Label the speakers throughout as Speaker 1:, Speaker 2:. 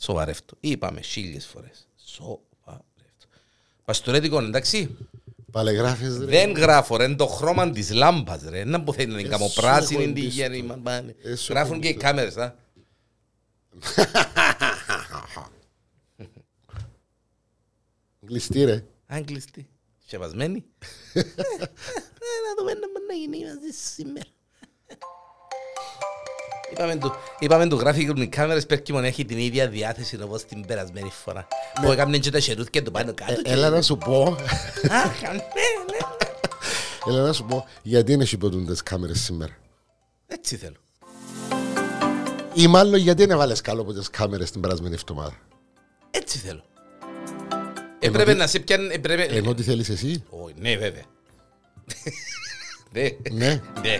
Speaker 1: Σοβαρεύτω. Είπαμε χίλιες φορές. Σοβαρεύτω. Παστορέτικο, εντάξει.
Speaker 2: Παλεγράφεις ρε.
Speaker 1: Δεν γράφω ρε, είναι το χρώμα της λάμπας ρε. Να που θέλει να είναι
Speaker 2: Εσύ
Speaker 1: καμοπράσινη,
Speaker 2: έχω
Speaker 1: είναι τη
Speaker 2: εμπιστο-
Speaker 1: γέννη. μα, πάνε.
Speaker 2: Εσύ έχω
Speaker 1: Γράφουν και οι
Speaker 2: εμπιστο-
Speaker 1: κάμερες, α.
Speaker 2: Γλιστή ρε.
Speaker 1: Άγγλιστη. Σκεπασμένη. Ε, Να δούμε να μπορεί να γίνει είμαστε σήμερα. Είπαμε του, είπαμε του γράφει οι κάμερες Πέρκιμον έχει την ίδια διάθεση όπως την περασμένη φορά. Που έκαμε και τα χερούθ και το πάνω κάτω.
Speaker 2: Ε,
Speaker 1: και-
Speaker 2: Έλα να σου πω,
Speaker 1: Αχ, ναι, ναι.
Speaker 2: έλα να σου πω, γιατί είναι σιπωτούν τις κάμερες σήμερα.
Speaker 1: Έτσι θέλω.
Speaker 2: Ή μάλλον γιατί δεν βάλες καλό από τις κάμερες την περασμένη εβδομάδα.
Speaker 1: Έτσι θέλω.
Speaker 2: Ε,
Speaker 1: Έπρεπε να σε πιάνει... έπρεπε-
Speaker 2: Ενώ τι θέλεις εσύ.
Speaker 1: Όχι, ναι, βέβαια. Ναι,
Speaker 2: Ναι,
Speaker 1: ναι.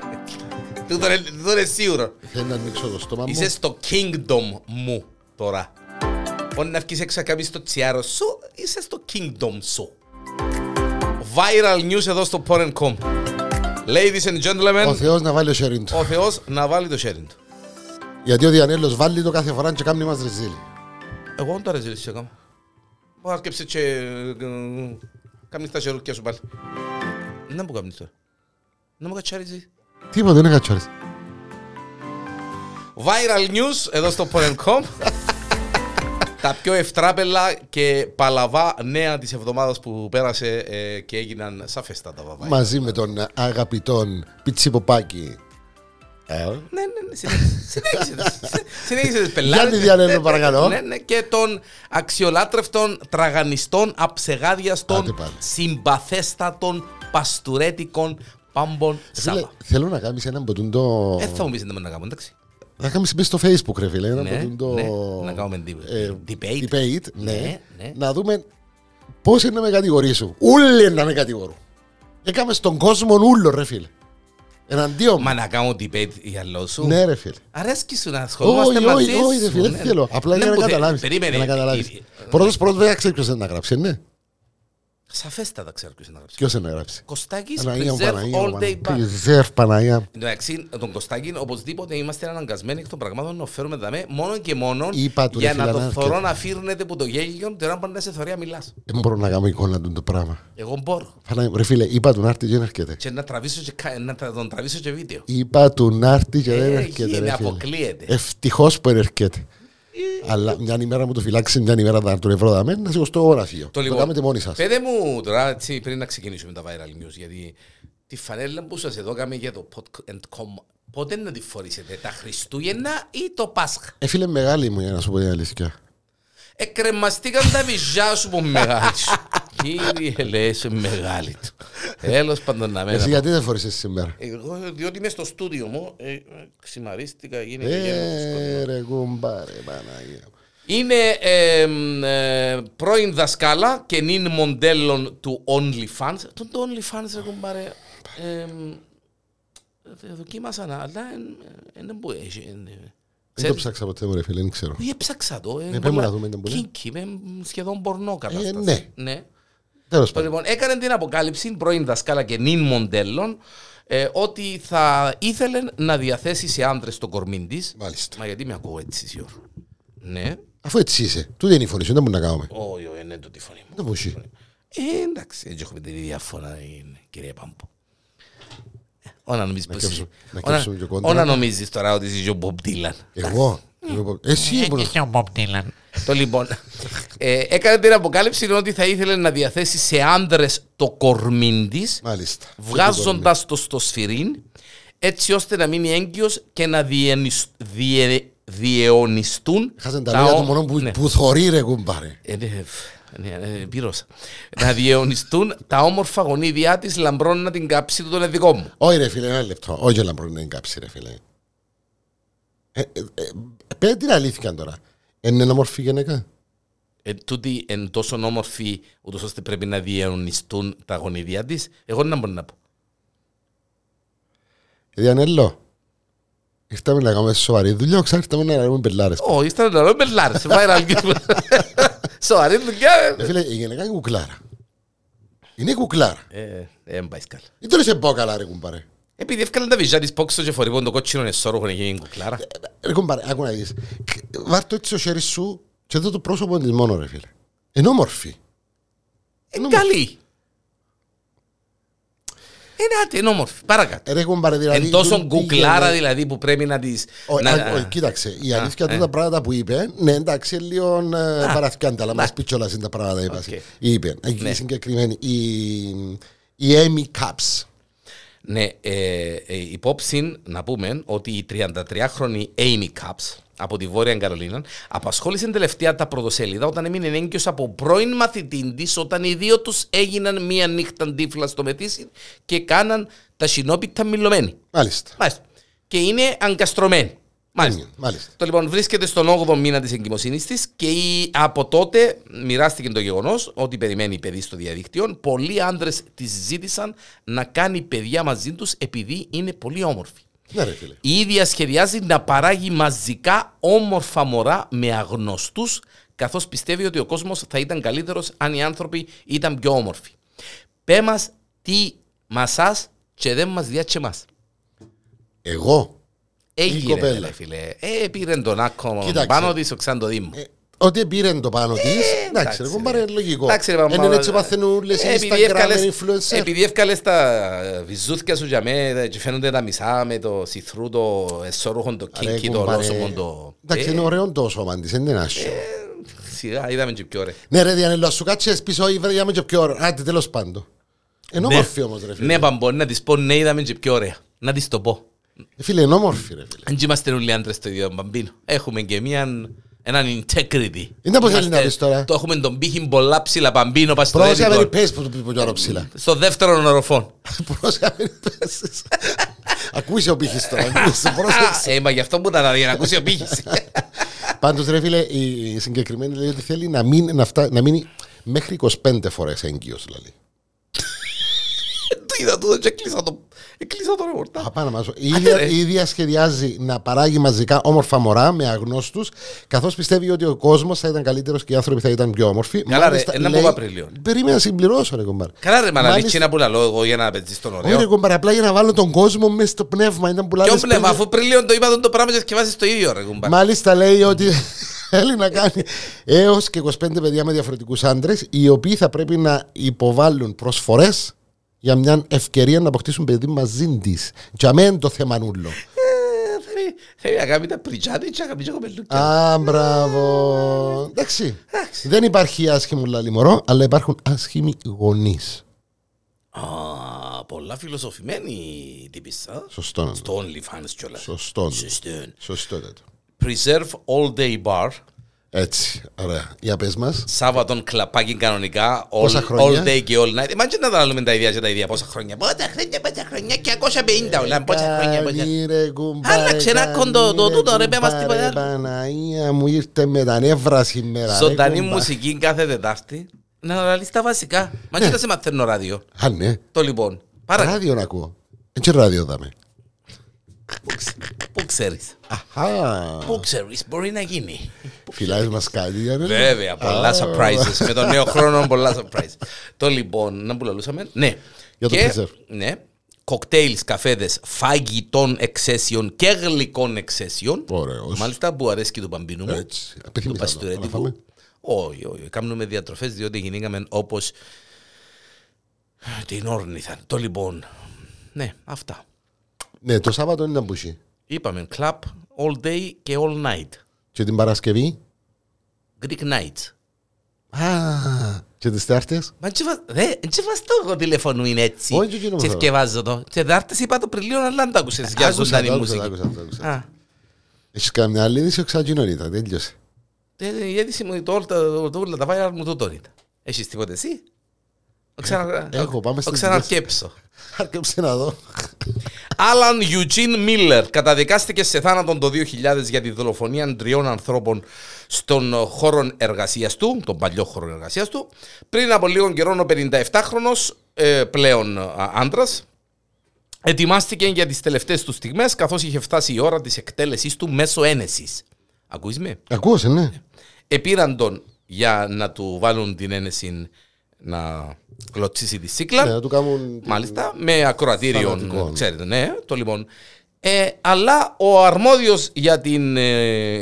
Speaker 1: Τούτο είναι- τούτο είναι σίγουρο.
Speaker 2: θέλω να ανοίξω το στόμα μου.
Speaker 1: Είσαι στο kingdom μου τώρα. Μπορεί να βγεις έξω να κάνεις το τσιάρο σου, είσαι στο kingdom σου. Viral news εδώ στο Porn.com. Ladies and
Speaker 2: Ο
Speaker 1: gentlemen,
Speaker 2: Θεός να βάλει ο sharing του.
Speaker 1: ο Θεός να βάλει το sharing του.
Speaker 2: Γιατί ο Διανέλος βάλει το κάθε φορά και κάνει μας ρεζίλ.
Speaker 1: Εγώ δεν το αρεζίλησαι ακόμα. Μπορεί να σκέψεις και... ε, ε, Κάνεις τα σερούκια σου πάλι. Να μου κάνεις τώρα. Να μου κατσάριζεις.
Speaker 2: Τίποτα, δεν είναι κατσόρες.
Speaker 1: Viral news εδώ στο Porn.com. Τα πιο ευτράπελα και παλαβά νέα της εβδομάδας που πέρασε ε, και έγιναν σαφέστατα βαβά.
Speaker 2: Μαζί με τον αγαπητόν Πιτσι Ποπάκη. Ε,
Speaker 1: Ναι, ναι, ναι, συνέχισε. συνέχισε, συνέχισε, Συνέχισε τις πελάτες.
Speaker 2: Γιάννη Διανέλο, παρακαλώ.
Speaker 1: Ναι, ναι, και των αξιολάτρευτων τραγανιστών αψεγάδια
Speaker 2: Άντε
Speaker 1: των
Speaker 2: πάλι.
Speaker 1: συμπαθέστατων παστουρέτικων πάμπων
Speaker 2: Φίλε,
Speaker 1: Σάβα.
Speaker 2: θέλω να κάνεις έναν ποτούν το...
Speaker 1: Δεν Ε, θα μου πεις να μην κάνουμε, εντάξει.
Speaker 2: Να κάνεις μέσα στο facebook ρε φίλε, έναν
Speaker 1: Ναι,
Speaker 2: ποτούν το...
Speaker 1: ναι, να κάνουμε debate.
Speaker 2: ε,
Speaker 1: Debate.
Speaker 2: Debate, ναι.
Speaker 1: Ναι, ναι.
Speaker 2: Να δούμε πώς είναι να με κατηγορήσουν. Ούλοι να με κατηγορούν. Έκαμε στον κόσμο ούλο ρε φίλε. Εναντίον μου.
Speaker 1: Μα να κάνω debate για λόγω σου.
Speaker 2: Ναι ρε φίλε.
Speaker 1: Αρέσκει σου να ασχολούμαστε
Speaker 2: Όχι,
Speaker 1: μαζί
Speaker 2: όχι, όχι, ρε
Speaker 1: σου,
Speaker 2: φίλε,
Speaker 1: ναι.
Speaker 2: δεν θέλω. Απλά
Speaker 1: Ναι,
Speaker 2: για να
Speaker 1: που θε-
Speaker 2: καταλάβεις.
Speaker 1: Περίμενε.
Speaker 2: Για να καταλάβεις.
Speaker 1: Ε, ε,
Speaker 2: Πρώτος πρώτος δεν ξέρεις ποιος είναι να γράψει, ναι.
Speaker 1: Σαφέστατα ξέρω ποιος είναι να γράψει.
Speaker 2: Ποιος είναι να γράψει.
Speaker 1: Κωστάκης,
Speaker 2: Παναγία μου,
Speaker 1: preserve
Speaker 2: Παναγία μου,
Speaker 1: all day
Speaker 2: Παναγία.
Speaker 1: back.
Speaker 2: Preserve, Παναγία μου.
Speaker 1: Εν τω μεταξύ, τον Κωστάκη, οπωσδήποτε είμαστε αναγκασμένοι εκ των πραγμάτων να φέρουμε δαμέ μόνο και μόνο
Speaker 2: Είπα του,
Speaker 1: για
Speaker 2: ρε
Speaker 1: να
Speaker 2: φίλε,
Speaker 1: το
Speaker 2: να
Speaker 1: θωρώ
Speaker 2: έρχεται.
Speaker 1: να φύρνεται που το γέγιο τώρα πάντα σε θωρία μιλάς.
Speaker 2: Ε, Δεν μπορώ να κάνω εικόνα του το πράγμα.
Speaker 1: Εγώ μπορώ.
Speaker 2: Παναγία μου, Ρε φίλε, είπα του να έρθει και δεν έρχεται.
Speaker 1: Και να, τραβήσω και, κα- να τρα- τον τραβήσω και βίντεο.
Speaker 2: Είπα του να έρθει και δεν
Speaker 1: Ε,
Speaker 2: έρχεται.
Speaker 1: γίνεται,
Speaker 2: ρε Ε, φίλε.
Speaker 1: αποκλείεται.
Speaker 2: Ευτυχώς που δεν έρχεται. Αλλά μια ημέρα μου το φυλάξει, μια ημέρα να τον ευρώ δαμέ, να σηκωστώ γραφείο.
Speaker 1: Το
Speaker 2: Το
Speaker 1: λοιπόν.
Speaker 2: κάνετε μόνοι σας.
Speaker 1: Πέδε μου τώρα, έτσι, πριν να ξεκινήσουμε τα viral news, γιατί τη φανέλα που σας εδώκαμε για το pod.com, πότε να τη φορήσετε, τα Χριστούγεννα ή το Πάσχα.
Speaker 2: Ε, φίλε, μεγάλη μου για να σου πω την αλήθεια.
Speaker 1: Εκρεμαστήκαν τα βυζιά σου που μεγάλη σου. Κύριε λέει, σε μεγάλη του. Έλος πάντων να
Speaker 2: Εσύ
Speaker 1: μένα.
Speaker 2: γιατί δεν φορείς εσύ σήμερα.
Speaker 1: Εγώ, διότι είμαι στο στούντιο μου, ε, ε, ξημαρίστηκα, γίνεται γέλος.
Speaker 2: Ε, ρε κουμπά, ρε Παναγία. μου.
Speaker 1: Είναι ε, μ, ε, πρώην δασκάλα και νυν μοντέλων του OnlyFans. Τον το OnlyFans, ρε κουμπάρε, ε, μ, ε, δοκίμασα να, αλλά δεν μπορεί.
Speaker 2: Δεν το ψάξα ποτέ μου, ρε φίλε, δεν ξέρω.
Speaker 1: Όχι, έψαξα το. ε,
Speaker 2: Ε, πες μου
Speaker 1: πολλά-
Speaker 2: να δούμε, δεν μπορεί.
Speaker 1: Kinky, με μ, σχεδόν πορνό κατάσταση.
Speaker 2: ναι.
Speaker 1: ναι.
Speaker 2: Τέλος
Speaker 1: Το
Speaker 2: πάντων.
Speaker 1: λοιπόν, έκανε την αποκάλυψη πρώην δασκάλα και νυν μοντέλων ε, ότι θα ήθελε να διαθέσει σε άντρες το κορμί της.
Speaker 2: Μάλιστα.
Speaker 1: Μα γιατί με ακούω έτσι, Σιωρ. Ναι.
Speaker 2: Αφού έτσι είσαι, τούτη είναι η φωνή σου, δεν μπορούμε να κάνουμε.
Speaker 1: Όχι, όχι, είναι το τη φωνή μου.
Speaker 2: Δεν ναι, μου έχει.
Speaker 1: Ε, εντάξει, έτσι έχουμε την ίδια φωνά, ε, κύριε Πάμπο. Ε, Όνα νομίζεις πως
Speaker 2: κέψω-
Speaker 1: είσαι-
Speaker 2: να
Speaker 1: όνα-
Speaker 2: κέψουμε και κόντρα.
Speaker 1: Όνα νομίζεις τώρα ότι είσαι ο Μπομπ Ντίλαν.
Speaker 2: Εγώ. Εγώ- Εσύ ήμουν.
Speaker 1: ε,
Speaker 3: Ποιο Bob Dylan.
Speaker 1: Το λοιπόν. ε, έκανε την αποκάλυψη ότι θα ήθελε να διαθέσει σε άντρες το κορμί της.
Speaker 2: Μάλιστα.
Speaker 1: βγάζοντας το στο σφυρί έτσι ώστε να μείνει έγκυος και να διενισ- διε- διαιωνιστούν Ναι.
Speaker 2: Χάσαν τα λόγια του μόνο που, που θωρεί ρε κουμπάρε.
Speaker 1: Ε, ναι, ε, ναι, ε, πύρωσα. να διαιωνιστούν τα όμορφα γονίδια της λαμπρών να την κάψει του τον δικό μου.
Speaker 2: Όχι ρε φίλε, ένα λεπτό. Όχι ο Λαμπρόν είναι κάψη ρε φίλε. Ε, ε, ε, Πέρα την αλήθεια τώρα. Είναι ένα μορφή γενικά.
Speaker 1: Ε, τούτη εν τόσο όμορφη ούτως ώστε πρέπει να διαιωνιστούν τα γονίδια της. Εγώ να μπορώ να πω.
Speaker 2: Διανέλο. Ήρθαμε να κάνουμε σοβαρή δουλειά, ξέρω ήρθαμε να κάνουμε πελάρες.
Speaker 1: Ω, ήσταν ένα ρόμπερ Λάρες. Viral news. Σοβαρή δουλειά. ε.
Speaker 2: Ρε φίλε, η γυναίκα είναι κουκλάρα. Είναι κουκλάρα.
Speaker 1: ε. Ε, δεν πάει καλά.
Speaker 2: Δεν τώρα σε πω καλά ρε κουμπάρε.
Speaker 1: Ε, Επειδή έφκαλαν τα βιζιά της πόξος και
Speaker 2: Eh,
Speaker 1: φορηγόν το κότσινο είναι σώρο που είναι γίνει κουκλάρα.
Speaker 2: Ρε κουμπάρε, άκου να δεις. Βάρ' το έτσι στο χέρι σου Και εδώ το πρόσωπο τη μόνο, ρε φίλε. Είναι όμορφη.
Speaker 1: Είναι Ε, καλή. Είναι άτε, είναι όμορφη. Παρακάτω.
Speaker 2: Ε, Ρε, κουμπάρε, δηλαδή,
Speaker 1: Εν τόσο
Speaker 2: τούτη
Speaker 1: γκουκλάρα
Speaker 2: γενε-
Speaker 1: δηλαδή που πρέπει να τη.
Speaker 2: Όχι, όχι, όχι, κοίταξε, η αλήθεια
Speaker 1: ε.
Speaker 2: του τα πράγματα που είπε, ναι, εντάξει, λίγο παραθυκάντα, αλλά μας πει κιόλας είναι τα πράγματα που
Speaker 1: Οκ.
Speaker 2: είπα. Είπε, εκεί
Speaker 1: Ναι.
Speaker 2: συγκεκριμένη, η, η Amy Caps.
Speaker 1: Ναι, ε, ε, υπόψη να πούμε ότι η 33χρονη Amy Caps από τη Βόρεια Καρολίνα απασχόλησε τελευταία τα πρωτοσέλιδα όταν έμεινε έγκυος από πρώην μαθητή της όταν οι δύο τους έγιναν μία νύχτα τύφλα στο Μεθύσι και κάναν τα συνόπιτα μιλωμένοι.
Speaker 2: Μάλιστα.
Speaker 1: Μάλιστα. Και είναι αγκαστρωμένοι. Μάλιστα.
Speaker 2: Μάλιστα.
Speaker 1: Το λοιπόν βρίσκεται στον 8ο μήνα της εγκυμοσύνης της και η- από τότε μοιράστηκε το γεγονός ότι περιμένει παιδί στο διαδίκτυο. Πολλοί άντρες τη ζήτησαν να κάνει παιδιά μαζί τους επειδή είναι πολύ όμορφη.
Speaker 2: Ναι, ρε φίλε.
Speaker 1: Η ίδια σχεδιάζει να παράγει μαζικά όμορφα μωρά με αγνωστούς, καθώς πιστεύει ότι ο κόσμος θα ήταν καλύτερος αν οι άνθρωποι ήταν πιο όμορφοι. Πε μας τι μασά και δεν μας διάτσε μα.
Speaker 2: Εγώ, Η
Speaker 1: Έγινε,
Speaker 2: κοπέλα.
Speaker 1: ρε φίλε. Ε, πήρε τον άκομο
Speaker 2: Κοίταξε.
Speaker 1: πάνω της ο Ξαντοδήμου.
Speaker 2: ε, ό,τι πήρε το πάνω της, εντάξει,
Speaker 1: Ε, εντάξει,
Speaker 2: ρε
Speaker 1: ρε.
Speaker 2: κουμπάρε, λογικό.
Speaker 1: Εντάξει, ρε,
Speaker 2: Εν
Speaker 1: μαμά,
Speaker 2: Είναι έτσι
Speaker 1: ε,
Speaker 2: παθαίνουν όλες οι
Speaker 1: ε, επειδή
Speaker 2: Instagram
Speaker 1: εύκαλες-
Speaker 2: influencer.
Speaker 1: Επειδή έφκαλες τα βιζούθκια σου για μένα και φαίνονται τα μισά με το σιθρού, το εσώρουχο, το
Speaker 2: Ρε,
Speaker 1: κίνκι, το
Speaker 2: κουμπάρε,
Speaker 1: ρόσομο, το...
Speaker 2: Εντάξει,
Speaker 1: Ε,
Speaker 2: είναι ωραίο το σώμα της, δεν είναι άσχο.
Speaker 1: Σιγά, είδαμε και πιο ρε.
Speaker 2: Ναι, ρε, Διανέλο, ας σου κάτσεις πίσω, ή βρε, για μένα και πιο ωραία. Άντε, τέλος πάντων. Είναι όμορφη όμως, ρε φίλε.
Speaker 1: Ναι, παμπό, να της πω ναι, είδαμε και πιο ωραία. Να της το πω.
Speaker 2: Ε, Φίλε, είναι όμορφη, ρε φίλε.
Speaker 1: Αν και είμαστε όλοι άντρες το ίδιο μπαμπίνο. Έχουμε και μίαν... Έναν integrity.
Speaker 2: Είναι από θέλει
Speaker 1: Είμαστε-
Speaker 2: να πεις τώρα.
Speaker 1: Το έχουμε τον πύχη πολλά ψηλά, παμπίνο,
Speaker 2: Πρόσεχε να μην
Speaker 1: παστορέτικο.
Speaker 2: πες που του πει τώρα ψηλά.
Speaker 1: Στο δεύτερο οροφόν.
Speaker 2: Πρόσεχε να μην πέσεις. Ακούεις ο πύχης τώρα. ακούεις, Πρόσεξε.
Speaker 1: Ε, μα γι' αυτό που ήταν να- για να ακούσει ο πύχης.
Speaker 2: Πάντως ρε φίλε, η η συγκεκριμένη λέει ότι θέλει να, μην, να, φτά, να μείνει μέχρι 25 φορές έγκυος δηλαδή.
Speaker 1: Το είδα τούτο και κλείσα το, κλείσα το ρεπορτάζ.
Speaker 2: Απάνω μας. Η ίδια,
Speaker 1: ρε.
Speaker 2: η ίδια σχεδιάζει να παράγει μαζικά όμορφα μωρά με αγνώστους καθώς πιστεύει ότι ο κόσμος θα ήταν καλύτερος και οι άνθρωποι θα ήταν πιο όμορφοι.
Speaker 1: Καλά, ρε, ένα από Απριλίο.
Speaker 2: Περίμενα να συμπληρώσω ρε κομπάρ.
Speaker 1: Καλά ρε μαλαλίτσι
Speaker 2: Μάλιστα.
Speaker 1: να πουλαλώ εγώ για να πετύχεις τον
Speaker 2: Όχι ρε
Speaker 1: ωραίο.
Speaker 2: κομπάρ, απλά για να βάλω τον κόσμο μέσα στο πνεύμα. Ήταν που
Speaker 1: Ποιο
Speaker 2: λάδες
Speaker 1: πνεύμα,
Speaker 2: πριν-
Speaker 1: αφού πριν λίγο το είπα τον το πράγμα και σκεφάσεις το ίδιο ρε κουμπά.
Speaker 2: Μάλιστα λέει ότι θέλει να κάνει έως και 25 παιδιά με διαφορετικούς άντρες, οι οποίοι θα πρέπει να υποβάλουν προσφορές για μια ευκαιρία να αποκτήσουν παιδί μαζί της. Για μένα είναι το θεμανούλο.
Speaker 1: Ε, θέλει- Θέλει να κάνει τα πριτσάτη και να κάνει και κοπελούκια.
Speaker 2: Α, μπράβο. Εντάξει.
Speaker 1: Εντάξει.
Speaker 2: Δεν υπάρχει άσχημο λαλή μωρό, αλλά υπάρχουν άσχημοι γονείς.
Speaker 1: Α, πολλά φιλοσοφημένη τύπησα.
Speaker 2: Σωστό να το.
Speaker 1: Στο OnlyFans κιόλας.
Speaker 2: Σωστό. να το.
Speaker 1: Σωστό.
Speaker 2: Σωστό να το.
Speaker 1: Preserve All Day Bar.
Speaker 2: Έτσι. Ωραία. Για πες μας.
Speaker 1: Σάββατον κλαπάκι κανονικά. All,
Speaker 2: Πόσα χρόνια?
Speaker 1: all day και all night. Imagine να τα λέμε τα ίδια και τα ίδια. Πόσα χρόνια. Πόσα χρόνια, πόσα
Speaker 2: Ε,
Speaker 1: χρόνια. Και 250 όλα. Πόσα χρόνια, πόσα Άλλαξε ένα κοντό, το τούτο, ρε, πέ μας τίποτα άλλο.
Speaker 2: Παναγία μου ήρθε με τα νεύρα σήμερα. ρε,
Speaker 1: Ζωντανή
Speaker 2: κουμπάρε.
Speaker 1: μουσική κάθε Τετάρτη. Να αναλύσει τα βασικά. Μα
Speaker 2: Ε.
Speaker 1: και να σε μαθαίνω ράδιο.
Speaker 2: Α, ναι.
Speaker 1: Το λοιπόν. Πάρα
Speaker 2: Ράδιο να ακούω. Έτσι ράδιο δάμε.
Speaker 1: πού ξέρεις.
Speaker 2: Αχα.
Speaker 1: Πού ξέρεις μπορεί να γίνει.
Speaker 2: Φιλάει μας κάτι, Γιάννη.
Speaker 1: Βέβαια, πολλά
Speaker 2: Α,
Speaker 1: surprises. Με τον νέο χρόνο πολλά surprises. Το λοιπόν, να μπουλαλούσαμε. Ναι.
Speaker 2: Για το
Speaker 1: Και-
Speaker 2: freezer.
Speaker 1: Ναι. Κοκτέιλ, καφέδες, φαγητών εξαίσεων και γλυκών εξαίσεων.
Speaker 2: Ωραίος.
Speaker 1: Μάλιστα που αρέσκει του μπαμπίνου μου.
Speaker 2: Έτσι. Επιθυμείς
Speaker 1: Το
Speaker 2: άλλο, να φάμε.
Speaker 1: παστορέτικο. Όχι, όχι. Κάνουμε διατροφές διότι γινήκαμε όπως. Την όρνηθαν. Το λοιπόν. Ναι, αυτά.
Speaker 2: Ναι, το Σάββατο είναι να μπουσί.
Speaker 1: Είπαμε club all day και all night.
Speaker 2: Και την Παρασκευή.
Speaker 1: Greek nights.
Speaker 2: Α, και τις Τετάρτες.
Speaker 1: Μα τι βα- ρε, τι βάζω το εγώ τηλέφωνο είναι έτσι.
Speaker 2: Όχι, εκείνο
Speaker 1: Τι
Speaker 2: θέλω.
Speaker 1: ευκαιβάζω το. Τι δάρτες είπα το πριν λίγο, αλλά δεν το άκουσες για
Speaker 2: Άκουσα,
Speaker 1: ζωντανή
Speaker 2: το άκουσα,
Speaker 1: μουσική.
Speaker 2: το άκουσα, το άκουσα.
Speaker 1: Α,
Speaker 2: Έχεις καμιά άλλη είδηση, ο ξαγίνον ήταν, τέλειωσε.
Speaker 1: ε, η αίτηση μου, το όλα τα- το όλα τα βάια μου τούτο ήταν. Έχεις τίποτε εσύ. Ο ξανα-
Speaker 2: έχω, πάμε
Speaker 1: Ο
Speaker 2: στις
Speaker 1: ξαναρκέψω.
Speaker 2: Άρκεψε να δω.
Speaker 1: Άλαν Eugene Μίλλερ καταδικάστηκε σε θάνατον το 2000 για τη δολοφονία τριών ανθρώπων στον χώρο εργασίας του, τον παλιό χώρο εργασίας του. Πριν από λίγο καιρό, ο 57χρονο πλέον άντρας ετοιμάστηκε για τις τελευταίες του στιγμές, καθώς είχε φτάσει η ώρα της εκτέλεσή του μέσω ένεσης. Ακούει με.
Speaker 2: Ακούσε, ναι.
Speaker 1: Επήραν τον για να του βάλουν την ένεση να κλωτσίσει τη
Speaker 2: Ναι,
Speaker 1: σύκλα.
Speaker 2: Να του κάνουν... την-
Speaker 1: Μάλιστα, με ακροατήριο,
Speaker 2: Φανατικό.
Speaker 1: ξέρετε, ναι, το λοιπόν. Ε, αλλά ο αρμόδιος για την ε,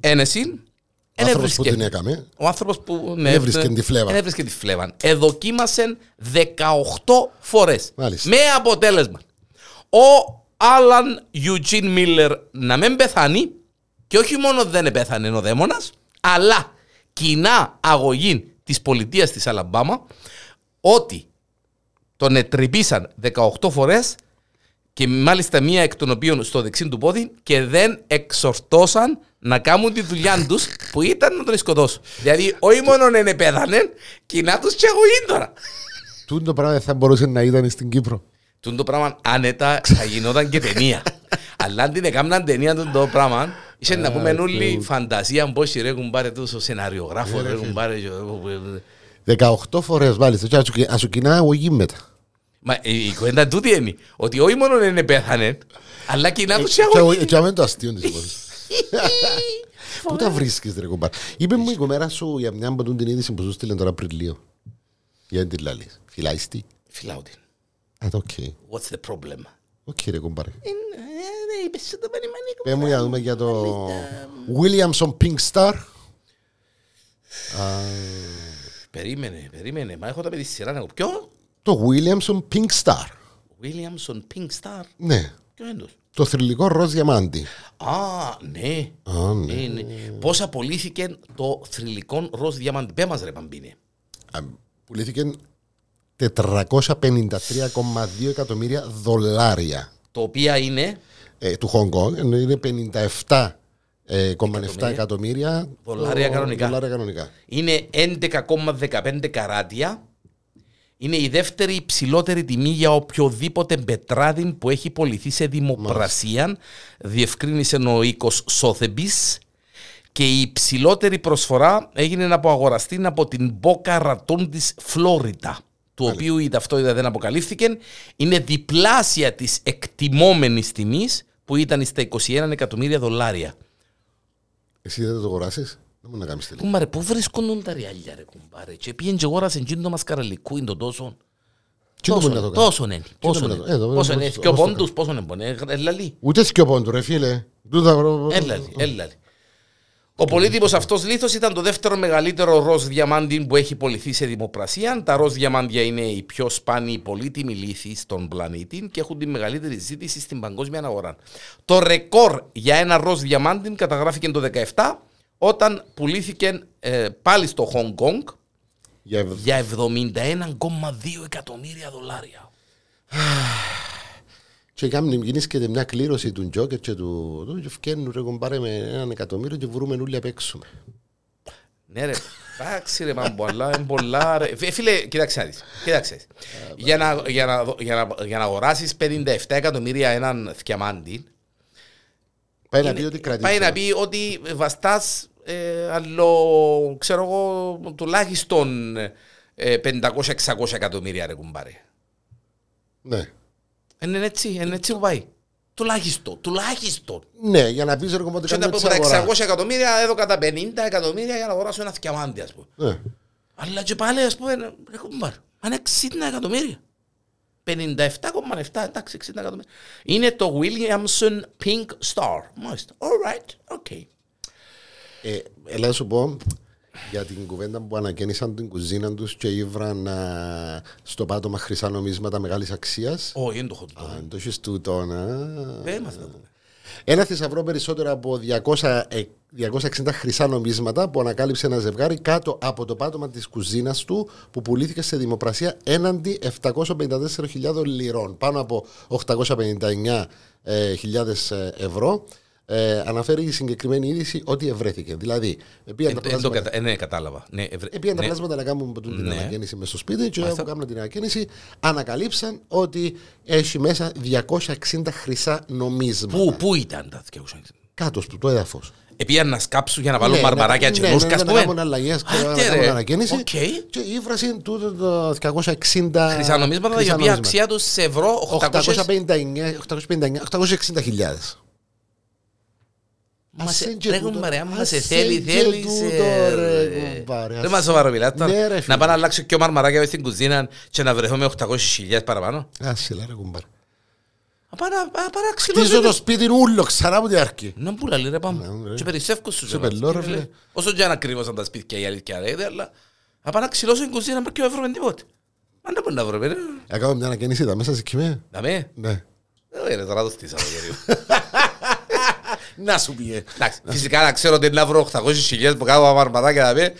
Speaker 1: ένεση Εν
Speaker 2: άνθρωπος που
Speaker 1: έβρισκε.
Speaker 2: την έκαμε.
Speaker 1: Ο άνθρωπος που.
Speaker 2: Δεν έβρισκε
Speaker 1: ναι,
Speaker 2: τη φλέβα.
Speaker 1: Δεν έβρισκε τη φλέβα. Εδοκίμασεν 18 φορές.
Speaker 2: Μάλιστα.
Speaker 1: Με αποτέλεσμα. Ο Άλαν Ιουτζίν Μίλλερ να μην πεθάνει και όχι μόνο δεν πέθανε ο δαίμονας, αλλά κοινά αγωγή της πολιτείας της Αλαμπάμα ότι τον ετρυπήσαν 18 φορές και μάλιστα μία εκ των οποίων στο δεξί του πόδι και δεν εξορτώσαν να κάνουν τη δουλειά τους που ήταν να τον σκοτώσουν. Δηλαδή, όχι μόνο δεν επέθανε, κοινά του και αγωγή τώρα.
Speaker 2: Τούν το πράγμα δεν θα μπορούσε να ήταν στην Κύπρο.
Speaker 1: Τούν το πράγμα άνετα θα γινόταν και ταινία. Αλλά αν την έκαναν ταινία τούν το πράγμα, είχε να πούμε όλοι φαντασία πώς ρε κουμπάρε τους ο σεναριογράφο Ε, ρε κουμπάρε. και-
Speaker 2: 18 φορές, μάλιστα. Και ας σου κι- ας σου κοινά αγωγή μετά.
Speaker 1: Μα η η κουβέντα τούτη είναι ότι όχι μόνο δεν επέθανε, αλλά κοινά τους Ε, και
Speaker 2: Ε, Και
Speaker 1: αγωγή.
Speaker 2: αγω- Και αμέσως το αστείο της Πού τα βρίσκεις, ρε κομπάρ. Είπε μου η κομμέρα σου για μια από τούν την είδηση που σου στείλε τώρα πριν λίγο. Για την λαλή. Φυλάει τι.
Speaker 1: Φιλάω την.
Speaker 2: Α, το οκ.
Speaker 1: What's the problem?
Speaker 2: Οκ, ρε κομπάρ.
Speaker 1: Δεν είπες το πανημανίκο.
Speaker 2: Πε μου για να δούμε για το. Williamson Pink Star.
Speaker 1: Περίμενε, περίμενε. Μα έχω τα με τη σειρά να έχω. Ποιο?
Speaker 2: Το Williamson Pink Star.
Speaker 1: Williamson Pink Star.
Speaker 2: Ναι.
Speaker 1: Ποιο είναι τους?
Speaker 2: Το θρηλυκό ροζ διαμάντι.
Speaker 1: Α, ναι.
Speaker 2: Α, ναι.
Speaker 1: ναι, ναι. Πώς απολύθηκε το θρηλυκό ροζ διαμάντι. Πέ μας ρε Παμπίνε.
Speaker 2: Α, Πουλήθηκε 453,2 εκατομμύρια δολάρια.
Speaker 1: Το οποία είναι
Speaker 2: ε, του Χονγκ Κονγκ, ενώ είναι 57,7 εκατομμύρια
Speaker 1: Δολάρια
Speaker 2: ο-
Speaker 1: κανονικά.
Speaker 2: δολάρια κανονικά.
Speaker 1: Είναι 11,15 καράτια. Είναι η δεύτερη υψηλότερη τιμή για οποιοδήποτε πετράδι που έχει πολιθεί σε δημοπρασία, διευκρίνησε ο οίκος Σόθεμπης. Και η υψηλότερη προσφορά έγινε από αγοραστή από την Μπόκα Ρατών τη Φλόριτα, του οποίου η ταυτότητα δεν αποκαλύφθηκε. Είναι διπλάσια της εκτιμόμενης τιμής που ήταν στα 21 εκατομμύρια δολάρια.
Speaker 2: Εσύ δεν θα το αγοράσεις, δεν μπορεί να κάνεις τελικά.
Speaker 1: Κουμπάρε, πού βρίσκονται τα ριάλια ρε κουμπάρε. Και πήγαινε και αγόρασε εκείνο το μασκαραλικού, είναι το τόσο.
Speaker 2: Τι το μπορεί να
Speaker 1: είναι,
Speaker 2: το κάνεις.
Speaker 1: τόσο είναι.
Speaker 2: το
Speaker 1: Πόσο
Speaker 2: μπορεί να
Speaker 1: είναι.
Speaker 2: το- ε, το-
Speaker 1: Πόσο
Speaker 2: πώς-
Speaker 1: είναι.
Speaker 2: πώς
Speaker 1: Και ο
Speaker 2: το
Speaker 1: πόντους, πόσο είναι. πονέ, ε, Ελλαλή.
Speaker 2: Ούτε σκιοπών του ρε φίλε. Τούτα, βρω-
Speaker 1: Έλλαλη, έλλαλη. Ο πολύτιμος αυτός λίθος ήταν το δεύτερο μεγαλύτερο ροζ διαμάντι που έχει πολιθεί σε δημοπρασία. Τα ροζ διαμάντια είναι οι πιο σπάνιοι πολύτιμοι λίθοι στον πλανήτη και έχουν τη μεγαλύτερη ζήτηση στην παγκόσμια αγορά. Το ρεκόρ για ένα ροζ διαμάντι καταγράφηκε το 17 όταν πουλήθηκε ε, πάλι στο Χονγκ Κονγκ
Speaker 2: Για ευ-
Speaker 1: για 71,2 εκατομμύρια δολάρια.
Speaker 2: Και κάμνει, γίνησκεται μια κλήρωση του Τζόκερ και του... του- Και φκαίνουν ρε κομπάρε με έναν εκατομμύριο και βρούμε όλοι να παίξουμε.
Speaker 1: Ναι ρε, εντάξει ρε μάμπο, αλλά είναι πολλά ρε. Ε, Φι- Φίλε, κοίταξε να δεις, κοίταξε. να δεις. για, να, για, να, δω- για, να, για να αγοράσεις 57 εκατομμύρια έναν θκιαμάντι,
Speaker 2: Πάει να πει ότι κρατήσε.
Speaker 1: πάει να πει ότι βαστάς, ε, άλλο, ξέρω εγώ, τουλάχιστον ε, 500-600 εκατομμύρια ρε κουμπάρε. Ε,
Speaker 2: Ναι.
Speaker 1: Είναι έτσι, είναι έτσι που πάει. Τουλάχιστον, τουλάχιστον.
Speaker 2: Ναι, για να πεις ρε κομπάρε
Speaker 1: Και
Speaker 2: ότι
Speaker 1: τα
Speaker 2: κάνουμε
Speaker 1: από
Speaker 2: έτσι
Speaker 1: τα
Speaker 2: αγοράς.
Speaker 1: 600 εκατομμύρια έδωκα τα 50 εκατομμύρια για να αγοράσω ένα θκιαμάντι, ας πούμε.
Speaker 2: Ναι.
Speaker 1: Αλλά και πάλι ας πούμε, ρε κουμπάρ, αν 60 εκατομμύρια. 57,7 εντάξει, 60 εκατομμύρια. Είναι το Williamson Pink Star. Μάλιστα. All right, okay.
Speaker 2: Ε, έλα να σου πω για την κουβέντα που ανακαίνισαν την κουζίνα τους και ήβραν α, στο πάτωμα χρυσά νομίσματα μεγάλης αξίας.
Speaker 1: Όχι, δεν το έχω το.
Speaker 2: Αν το έχεις τούτον, α.
Speaker 1: Δεν έμαθα να το πούμε.
Speaker 2: Ένα θησαυρό περισσότερο από 200, ε, 260 χρυσά νομίσματα που ανακάλυψε ένα ζευγάρι κάτω από το πάτωμα της κουζίνας του που πουλήθηκε σε δημοπρασία έναντι 754.000 λιρών, πάνω από 859.000 ευρώ. Ε, αναφέρει η συγκεκριμένη είδηση ότι ευρέθηκε. Δηλαδή, πήγαν
Speaker 1: Ε,
Speaker 2: τα
Speaker 1: δεν το
Speaker 2: πλάσματα,
Speaker 1: κατα- ε, Ναι, κατάλαβα. Ναι, ευρε-
Speaker 2: ε, πήγαν τα
Speaker 1: ναι.
Speaker 2: πλάσματα να κάνουν με την
Speaker 1: Ναι.
Speaker 2: ανακαίνιση μέσα στο σπίτι και όπου κάνουν την ανακαίνιση ανακαλύψαν ότι έχει μέσα 260 χρυσά νομίσματα.
Speaker 1: Πού, πού ήταν τα δικαιούσαν.
Speaker 2: Κάτω στο το έδαφος.
Speaker 1: Επήγαν να σκάψουν για να βάλουν
Speaker 2: Ναι,
Speaker 1: μαρμαράκια
Speaker 2: ναι,
Speaker 1: και
Speaker 2: ναι,
Speaker 1: νούσκα,
Speaker 2: ναι,
Speaker 1: ας
Speaker 2: να
Speaker 1: πούμε.
Speaker 2: κάνουν αλλαγές,
Speaker 1: Άντε,
Speaker 2: να
Speaker 1: ρε.
Speaker 2: κάνουν ανακαίνιση.
Speaker 1: Οκ.
Speaker 2: Και η ύφραση τούτο το 260
Speaker 1: Χρυσά νομίσματα, η οποία αξία τους σε ευρώ 800
Speaker 2: 859 χιλιάδες.
Speaker 1: Μα
Speaker 2: Ας
Speaker 1: σε
Speaker 2: είναι και
Speaker 1: τρέχουν
Speaker 2: τούτο.
Speaker 1: παρέα μου,
Speaker 2: Ας
Speaker 1: μα σε
Speaker 2: είναι
Speaker 1: θέλει, ε,
Speaker 2: και
Speaker 1: θέλει.
Speaker 2: τούτο,
Speaker 1: σε-
Speaker 2: ρε, κουμπάρε, ας
Speaker 1: Δεν μας σοβαρό μιλάς τώρα.
Speaker 2: Ναι, ρε, φίλε.
Speaker 1: Να πάω να αλλάξω και ο μαρμαράκια μες στην κουζίνα και να βρεθώ με 800.000 παραπάνω.
Speaker 2: Άσε, λάρε κουμπάρ. Χτίζω το σπίτι ρούλο ξανά από την αρχή.
Speaker 1: Να που λαλεί ρε
Speaker 2: Ναι,
Speaker 1: πάμε.
Speaker 2: ρε.
Speaker 1: Και περισσεύκω στους
Speaker 2: Σε πελώ, ρε, φίλε.
Speaker 1: Όσο και αν ακριβώς αν τα σπίτια η αλήθεια ρε, δε, αλλά να πάω να ξυλώσω την κουζίνα πρέπει να βρούμε τίποτε. Μα δεν μπορεί να βρούμε. ρε.
Speaker 2: Έκανα Ε, μια ανακαίνιση τα μέσα σε κοιμέ.
Speaker 1: Δαμέ.
Speaker 2: Ναι.
Speaker 1: Ε, ρε, τώρα το στήσαμε, γερίο.
Speaker 2: Να σου πιέ.
Speaker 1: Εντάξει, Φυσικά να ξέρω ότι να βρω 800.000 που κάνω μαρμαδάκια δαμέ.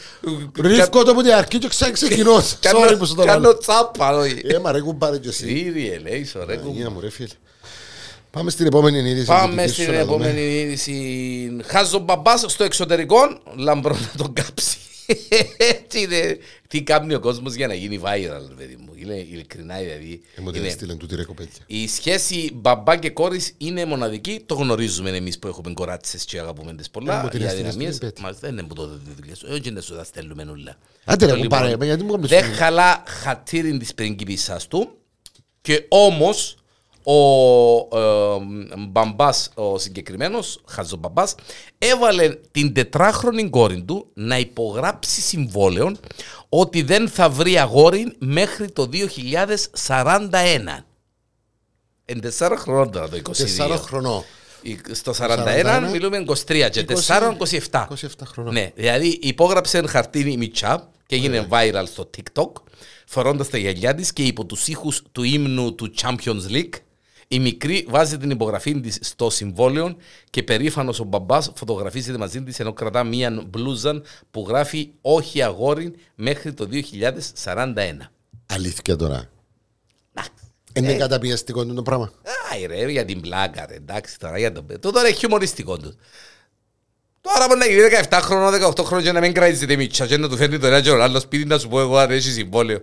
Speaker 2: Ρίσκω το από την αρχή και ξαναξεκινώ.
Speaker 1: Κάνω-
Speaker 2: Sorry που σου το
Speaker 1: Κάνω
Speaker 2: λέω.
Speaker 1: τσάπα, όχι.
Speaker 2: Ε, μα ρε κουμπάρε και εσύ.
Speaker 1: Κύριε, λέει, σωρέ, κουμπά.
Speaker 2: Αγία μου ρε φίλε. Πάμε στην επόμενη είδηση.
Speaker 1: Πάμε
Speaker 2: δική σου,
Speaker 1: στην
Speaker 2: να δούμε.
Speaker 1: επόμενη είδηση. Χάζο μπαμπάς στο εξωτερικό, λαμπρό να τον κάψει. Έτσι είναι. Τι κάνει ο κόσμος για να γίνει viral, παιδί μου. Είναι ειλικρινά, δηλαδή.
Speaker 2: Ε, μου την
Speaker 1: είναι-
Speaker 2: έστειλαν τούτη ρε κοπέλια.
Speaker 1: Η σχέση μπαμπά και κόρης είναι μοναδική. Το γνωρίζουμε εμείς που έχουμε κοράτσες και αγαπούμε τις
Speaker 2: Ε, μου
Speaker 1: πολλά.
Speaker 2: την
Speaker 1: Οι
Speaker 2: έστειλες,
Speaker 1: αδυναμίε
Speaker 2: την πέτυχα.
Speaker 1: μα δεν είναι που το δουλειέ σου. Όχι να σου τα στέλνουμε όλα.
Speaker 2: Άντε ρε
Speaker 1: Λοιπόν,
Speaker 2: κουμπάρε, μα γιατί μου κάνεις
Speaker 1: Δεν
Speaker 2: φίλε.
Speaker 1: χαλά χατήριν της πριγκίπισσα του. Και όμως ο ε, μπαμπάς, ο συγκεκριμένος, χαζομπαμπάς, έβαλε την τετράχρονη κόρη του να υπογράψει συμβόλαιο ότι δεν θα βρει αγόρι μέχρι το 2041. Εν τεσσάρα χρόνων τώρα το 22.
Speaker 2: Τεσσάρων χρονών.
Speaker 1: Η- Στο
Speaker 2: 41,
Speaker 1: 41 μιλούμε 23 και 4, 27.
Speaker 2: 27 χρονών.
Speaker 1: Ναι, δηλαδή υπόγραψε χαρτί η Μιτσά και έγινε viral στο TikTok, φορώντας τα γυαλιά της και υπό τους ήχους του ύμνου του Champions League. Η μικρή βάζει την υπογραφή της στο συμβόλαιο και περήφανος ο μπαμπάς φωτογραφίζεται μαζί της ενώ κρατά μία μπλούζα που γράφει Όχι αγόρι μέχρι το 2041.
Speaker 2: Αλήθεια τώρα. Ε,
Speaker 1: Εντάξει.
Speaker 2: Είναι καταπιεστικό το πράγμα.
Speaker 1: Άι ρε, για την πλάκα, ρε, εντάξει τώρα, για τον παιδί. Τούτο είναι χιουμοριστικό του. Τώρα μπορεί να γίνει 17 χρόνο, 18 χρόνο και να μην κρατήσει τη μίτσα και να του φέρνει τον ένα και τον άλλος σπίτι να σου πω εγώ αν έχει συμβόλαιο.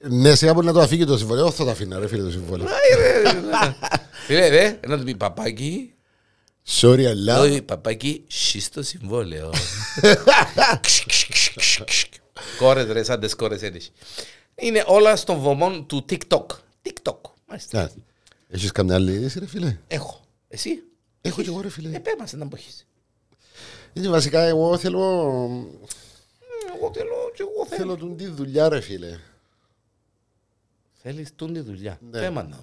Speaker 2: Ναι, σιγά μπορεί να το αφήγει το συμβόλαιο. Όχι, θα το αφήνα, ρε φίλε το συμβόλαιο.
Speaker 1: Άι ρε, ρε, ρε. Φίλε ρε, να του πει παπάκι,
Speaker 2: Sorry, αλλά.
Speaker 1: όχι παπάκι, σείς το συμβόλαιο. Κόρες ρε, σαν τις κόρες έτσι. Είναι όλα στον βωμόν του TikTok. TikTok, μάλιστα.
Speaker 2: Ναι. Έχεις καμιά άλλη είδηση, ρε φίλε.
Speaker 1: Έχω. Εσύ,
Speaker 2: Έχω κι εγώ, ρε φίλε.
Speaker 1: επέμασες να μποχείς.
Speaker 2: Είναι βασικά, εγώ θέλω.
Speaker 1: Ε, Εγώ θέλω και εγώ θέλω.
Speaker 2: Θέλω τον τη δουλειά, ρε φίλε.
Speaker 1: Θέλεις τούν τη δουλειά.
Speaker 2: Ναι.
Speaker 1: Θέμα να.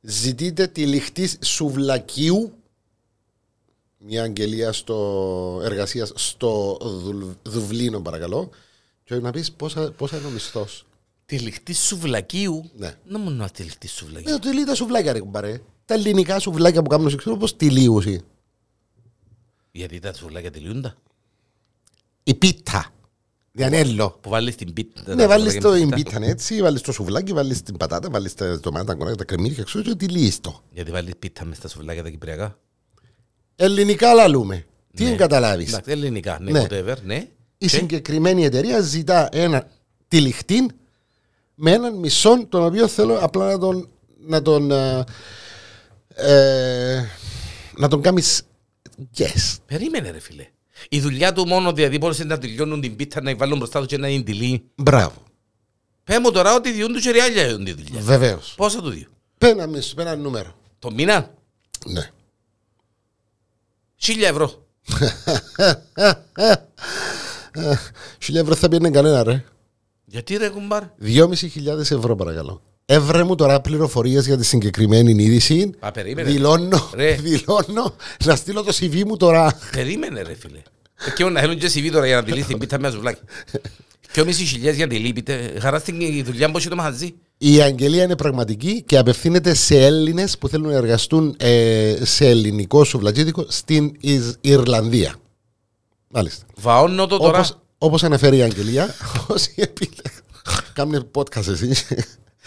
Speaker 2: Ζητείτε τη λιχτή σουβλακίου. Μια αγγελία στο εργασίας στο Δουλ- Δουβλίνο, παρακαλώ. Και να πεις πόσα, πόσα είναι ο μισθός.
Speaker 1: Τη λιχτή σουβλακίου.
Speaker 2: Ναι.
Speaker 1: Να μου να τη λιχτή σουβλακίου.
Speaker 2: Ναι, το λέει τα σουβλάκια, ρε κουμπάρε. Τα ελληνικά σουβλάκια που κάνουν σε ξέρω πώς τυλίωση.
Speaker 1: Γιατί τα σουβλάκια τελειούντα.
Speaker 2: Η πίτα. Διανέλο.
Speaker 1: Που βάλεις την πίτα.
Speaker 2: Ναι,
Speaker 1: τα
Speaker 2: βάλεις
Speaker 1: σουβλάκια
Speaker 2: το
Speaker 1: με την πίτα.
Speaker 2: εμπίταν έτσι, βάλεις το σουβλάκι, βάλεις την πατάτα, βάλεις τα ντομάτα, κουράκια, τα κρεμμύρια, ξέρω και τυλίεις το.
Speaker 1: Γιατί βάλεις πίτα μες στα σουβλάκια τα κυπριακά.
Speaker 2: Ελληνικά λαλούμε. Τι
Speaker 1: Ναι.
Speaker 2: δεν καταλάβεις.
Speaker 1: Εντάξει, ελληνικά. Ναι,
Speaker 2: Ναι.
Speaker 1: whatever, ναι.
Speaker 2: Η συγκεκριμένη εταιρεία ζητά ένα τυλιχτή με έναν μισό, τον οποίο θέλω απλά να τον, να τον, ε, ε, να τον κάνεις yes.
Speaker 1: Περίμενε ρε φίλε. Η δουλειά του μόνο δηλαδή μπορούσε να τελειώνουν την πίτα, να βάλουν μπροστά τους και να είναι τυλί.
Speaker 2: Μπράβο.
Speaker 1: Πέ μου τώρα ότι διούν τους και ριάλια διούν τη
Speaker 2: Ναι.
Speaker 1: δουλειά.
Speaker 2: Βεβαίως.
Speaker 1: Πώς θα του διούν.
Speaker 2: Πένα μισό, πένα νούμερο.
Speaker 1: Το μήνα.
Speaker 2: Ναι.
Speaker 1: Χίλια ευρώ.
Speaker 2: Χιλιά ευρώ θα πιένε κανένα ρε.
Speaker 1: Γιατί ρε κουμπάρ.
Speaker 2: 2.500 ευρώ παρακαλώ. Έβρε μου τώρα πληροφορίες για τη συγκεκριμένη είδηση.
Speaker 1: Α, περίμενε.
Speaker 2: Δηλώνω,
Speaker 1: Ρε.
Speaker 2: δηλώνω να στείλω το CV μου τώρα.
Speaker 1: Περίμενε ρε φίλε. Και να θέλουν και CV τώρα για να τη λύσει την πίτα με ένα σουβλάκι. Και μισή χιλιάς για να τη λείπει. Χαρά στην δουλειά που έχει το μαχαζί.
Speaker 2: Η αγγελία είναι πραγματική και απευθύνεται σε Έλληνες που θέλουν να εργαστούν ε, σε ελληνικό σουβλατζίδικο στην Ισ- Ιρλανδία. Μάλιστα.
Speaker 1: Βαώνω το τώρα.
Speaker 2: Όπως, όπως αναφέρει η αγγελία, όσοι επιλέγουν. Κάμουν podcast εσύ.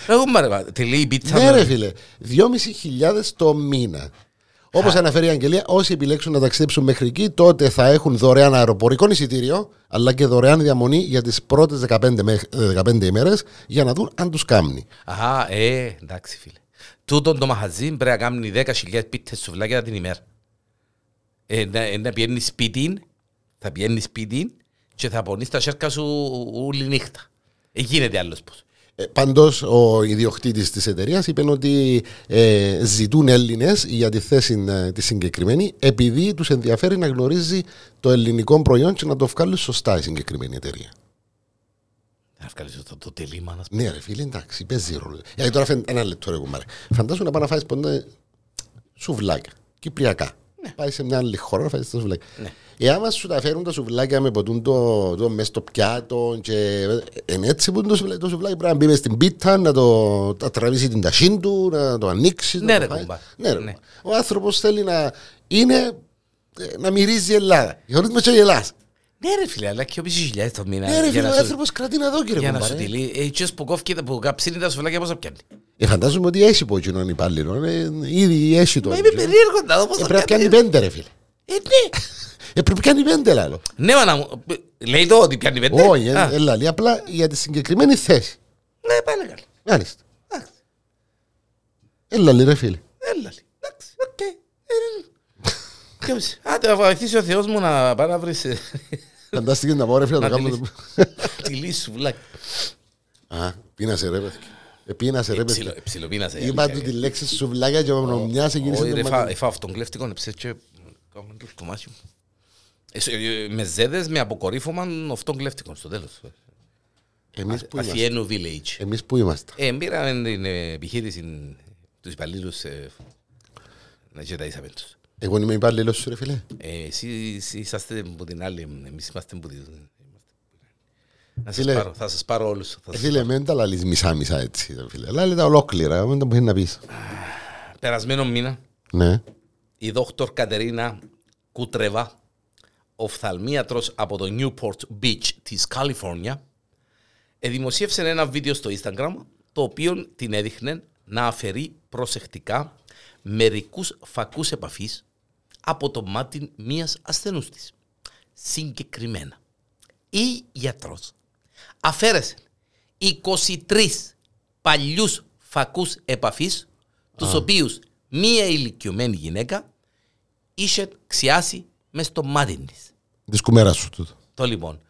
Speaker 1: Εγώ μ' αρέσει. Τη λέει η πίτσα.
Speaker 2: ναι,
Speaker 1: μου.
Speaker 2: ρε φίλε. 2.500 το μήνα. Όπως αναφέρει η Αγγελία, όσοι επιλέξουν να ταξιδέψουν μέχρι εκεί, τότε θα έχουν δωρεάν αεροπορικό εισιτήριο, αλλά και δωρεάν διαμονή για τις πρώτες 15, μέχ- ε, 15 ημέρες για να δουν αν τους κάμνει.
Speaker 1: Αχα, ε, εντάξει φίλε. Τούτον το μαχαζί πρέπει να κάνει 10.000 πίτες σουβλάκια την ημέρα. Ε, να, ε, να πιένει σπίτι, θα πιένει σπίτι και θα πονείς τα σέρκα σου όλη νύχτα. Ε, γίνεται άλλος πως.
Speaker 2: Ε, Πάντως, ο ιδιοκτήτης της εταιρείας είπε ότι ε, ζητούν Έλληνες για τη θέση ε, τη συγκεκριμένη, επειδή τους ενδιαφέρει να γνωρίζει το ελληνικό προϊόν και να το βγάλει σωστά η συγκεκριμένη εταιρεία.
Speaker 1: Να βγάλεις το, το τελείμα να
Speaker 2: Ε, Ναι, ρε φίλε, εντάξει, παίζει ρόλο. Γιατί τώρα φαίνεται ένα λεπτό, ρε κουμάρε. Φαντάσου να πάει να φάει ποτέ σουβλάκια. Κυπριακά. Πάει σε μια άλλη χώρα να φάει τα σουβλάκια.
Speaker 1: Ναι.
Speaker 2: Εάν σου τα φέρουν τα σουβλάκια με ποτούν το, το μες στο πιάτο και εν έτσι που είναι το σουβλάκι, το σουβλάκι πρέπει να μπει μες στην πίτα, να το να τραβήσει την ταχύν του, να το ανοίξει.
Speaker 1: Ναι,
Speaker 2: να
Speaker 1: ρε,
Speaker 2: το φάει.
Speaker 1: κουμπά.
Speaker 2: Ναι, ρε,
Speaker 1: Ναι.
Speaker 2: κουμπά. Ο άνθρωπος θέλει να είναι ε, να μυρίζει η Ελλάδα. Χωρίς με τσόγι Ελλάς.
Speaker 1: Ναι, ρε φίλε, αλλά και ο πίσω χιλιάδες το μήνα.
Speaker 2: Ναι ρε
Speaker 1: για
Speaker 2: φίλε,
Speaker 1: να
Speaker 2: ο
Speaker 1: σου-
Speaker 2: άνθρωπος κρατεί να δω κύριε
Speaker 1: Για να
Speaker 2: κουμπάρε.
Speaker 1: σου τυλεί. Ε, τσες που κόφκει, τα- που καψίνει τα σουβλάκια πόσα πιάνει.
Speaker 2: Ε, φαντάζομαι ότι έχει από κοινών υπάλληλων. Ε, ήδη έχει το.
Speaker 1: Μα είμαι
Speaker 2: Ε,
Speaker 1: περίεργος να δω πώς θα
Speaker 2: πρέπει να
Speaker 1: πιάνει.
Speaker 2: κάνει πέντε, ρε φίλε.
Speaker 1: Ε, ναι.
Speaker 2: Ε, πρέπει να κάνει πέντε, λάλο.
Speaker 1: Ναι, μάνα μου. Λέει το ότι πιάνει πέντε.
Speaker 2: Όχι,
Speaker 1: ναι. Α,
Speaker 2: ε, ε, λαλεί απλά για τη συγκεκριμένη θέση.
Speaker 1: Ναι, πάνε καλά.
Speaker 2: Μάλιστα.
Speaker 1: Εντάξει.
Speaker 2: Έλα, λέει, ρε φίλε.
Speaker 1: Έλα, λέει. εντάξει, οκ. Ε, ρε, ναι. Και εμείς, Άντε, να βοηθήσει ο Θεός μου να πάει να βρεις ε,
Speaker 2: Φαντάστηκε να πω, ρε φίλε, να
Speaker 1: Να
Speaker 2: το κάνουμε.
Speaker 1: τη λύση σου, βλάκ.
Speaker 2: το- Α, πίνασε, ρε παιδί. Ε, πίνασε, ρε παιδί.
Speaker 1: Ψιλοπίνασε.
Speaker 2: Είπα του τη λέξη σουβλάκια και ο μια σε
Speaker 1: Όχι,
Speaker 2: γύρισε
Speaker 1: ε, ρε, ε,
Speaker 2: το
Speaker 1: φά-
Speaker 2: μάτι.
Speaker 1: εφάω αυτόν κλέφτικο, εψέ και κάμουν το στομάχι μου. Ε, σε- ε, Με ζέδες, με αποκορύφωμα αυτόν κλέφτικο στο τέλος.
Speaker 2: Εμείς που είμαστε.
Speaker 1: Αθιένου Village.
Speaker 2: Εμείς που είμαστε.
Speaker 1: Ε, πήραμε την ε, επιχείρηση τους υπαλλήλους ε, να γεταίσαμε τους.
Speaker 2: Εγώ είμαι υπάλληλος σου, ρε φίλε.
Speaker 1: Ε, Εσείς είσαστε από την άλλη, εμείς είμαστε από την... είμαστε- Να σας
Speaker 2: Φίλε.
Speaker 1: πάρω, θα σας πάρω όλους. θα
Speaker 2: Ε,
Speaker 1: σας-
Speaker 2: Φίλε, μην τα λαλείς μισά-μισά έτσι, ρε φίλε. Λάλε τα ολόκληρα, μην τα μπορείς να πεις.
Speaker 1: Περασμένο μήνα,
Speaker 2: Ναι.
Speaker 1: η δόκτωρ Κατερίνα Κούτρεβα, οφθαλμίατρος από το Newport Beach της Καλιφόρνια, δημοσίευσε ένα βίντεο στο Instagram, το οποίο την έδειχνε να αφαιρεί προσεκτικά μερικούς φακούς επαφής από το μάτι μίας ασθενούς της. Συγκεκριμένα, η γιατρός αφαίρεσε 23 παλιούς φακούς επαφής, τους οποίους μία ηλικιωμένη γυναίκα είχε ξιάσει μες στο μάτι της.
Speaker 2: Της κουμέρας σου τούτο.
Speaker 1: Το λοιπόν.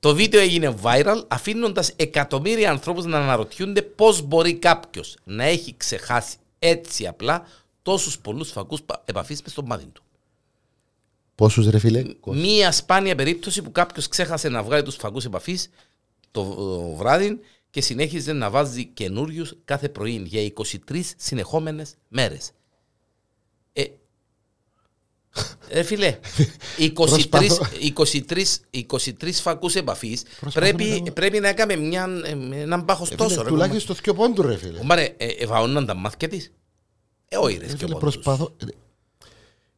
Speaker 1: Το βίντεο έγινε viral αφήνοντας εκατομμύρια ανθρώπους να αναρωτιούνται πώς μπορεί κάποιος να έχει ξεχάσει έτσι απλά τόσους πολλούς φακούς επαφής μες στο μάτι του.
Speaker 2: Πόσους, ρε φίλε.
Speaker 1: Μία σπάνια περίπτωση που κάποιος ξέχασε να βγάλει τους φακούς επαφής το ε, βράδυ και συνέχιζε να βάζει καινούριους κάθε πρωί για 23 συνεχόμενες μέρες. Ε, ρε φίλε, 23,
Speaker 2: Προσπαθώ.
Speaker 1: 23, 23 φακούς επαφής
Speaker 2: Προσπαθώ
Speaker 1: πρέπει,
Speaker 2: να τα-
Speaker 1: πρέπει να έκαμε μια, ε, έναν πάχος
Speaker 2: Ε, φίλε,
Speaker 1: τόσο. ρε,
Speaker 2: Τουλάχιστον δυο πόντου, ρε φίλε.
Speaker 1: Κομπάρε, ε, ε, βαώναν τα μάτια της. Ε, όχι ρε,
Speaker 2: Ρε
Speaker 1: σκοπό
Speaker 2: Φίλε,
Speaker 1: τους.
Speaker 2: προσπαθώ. Ε,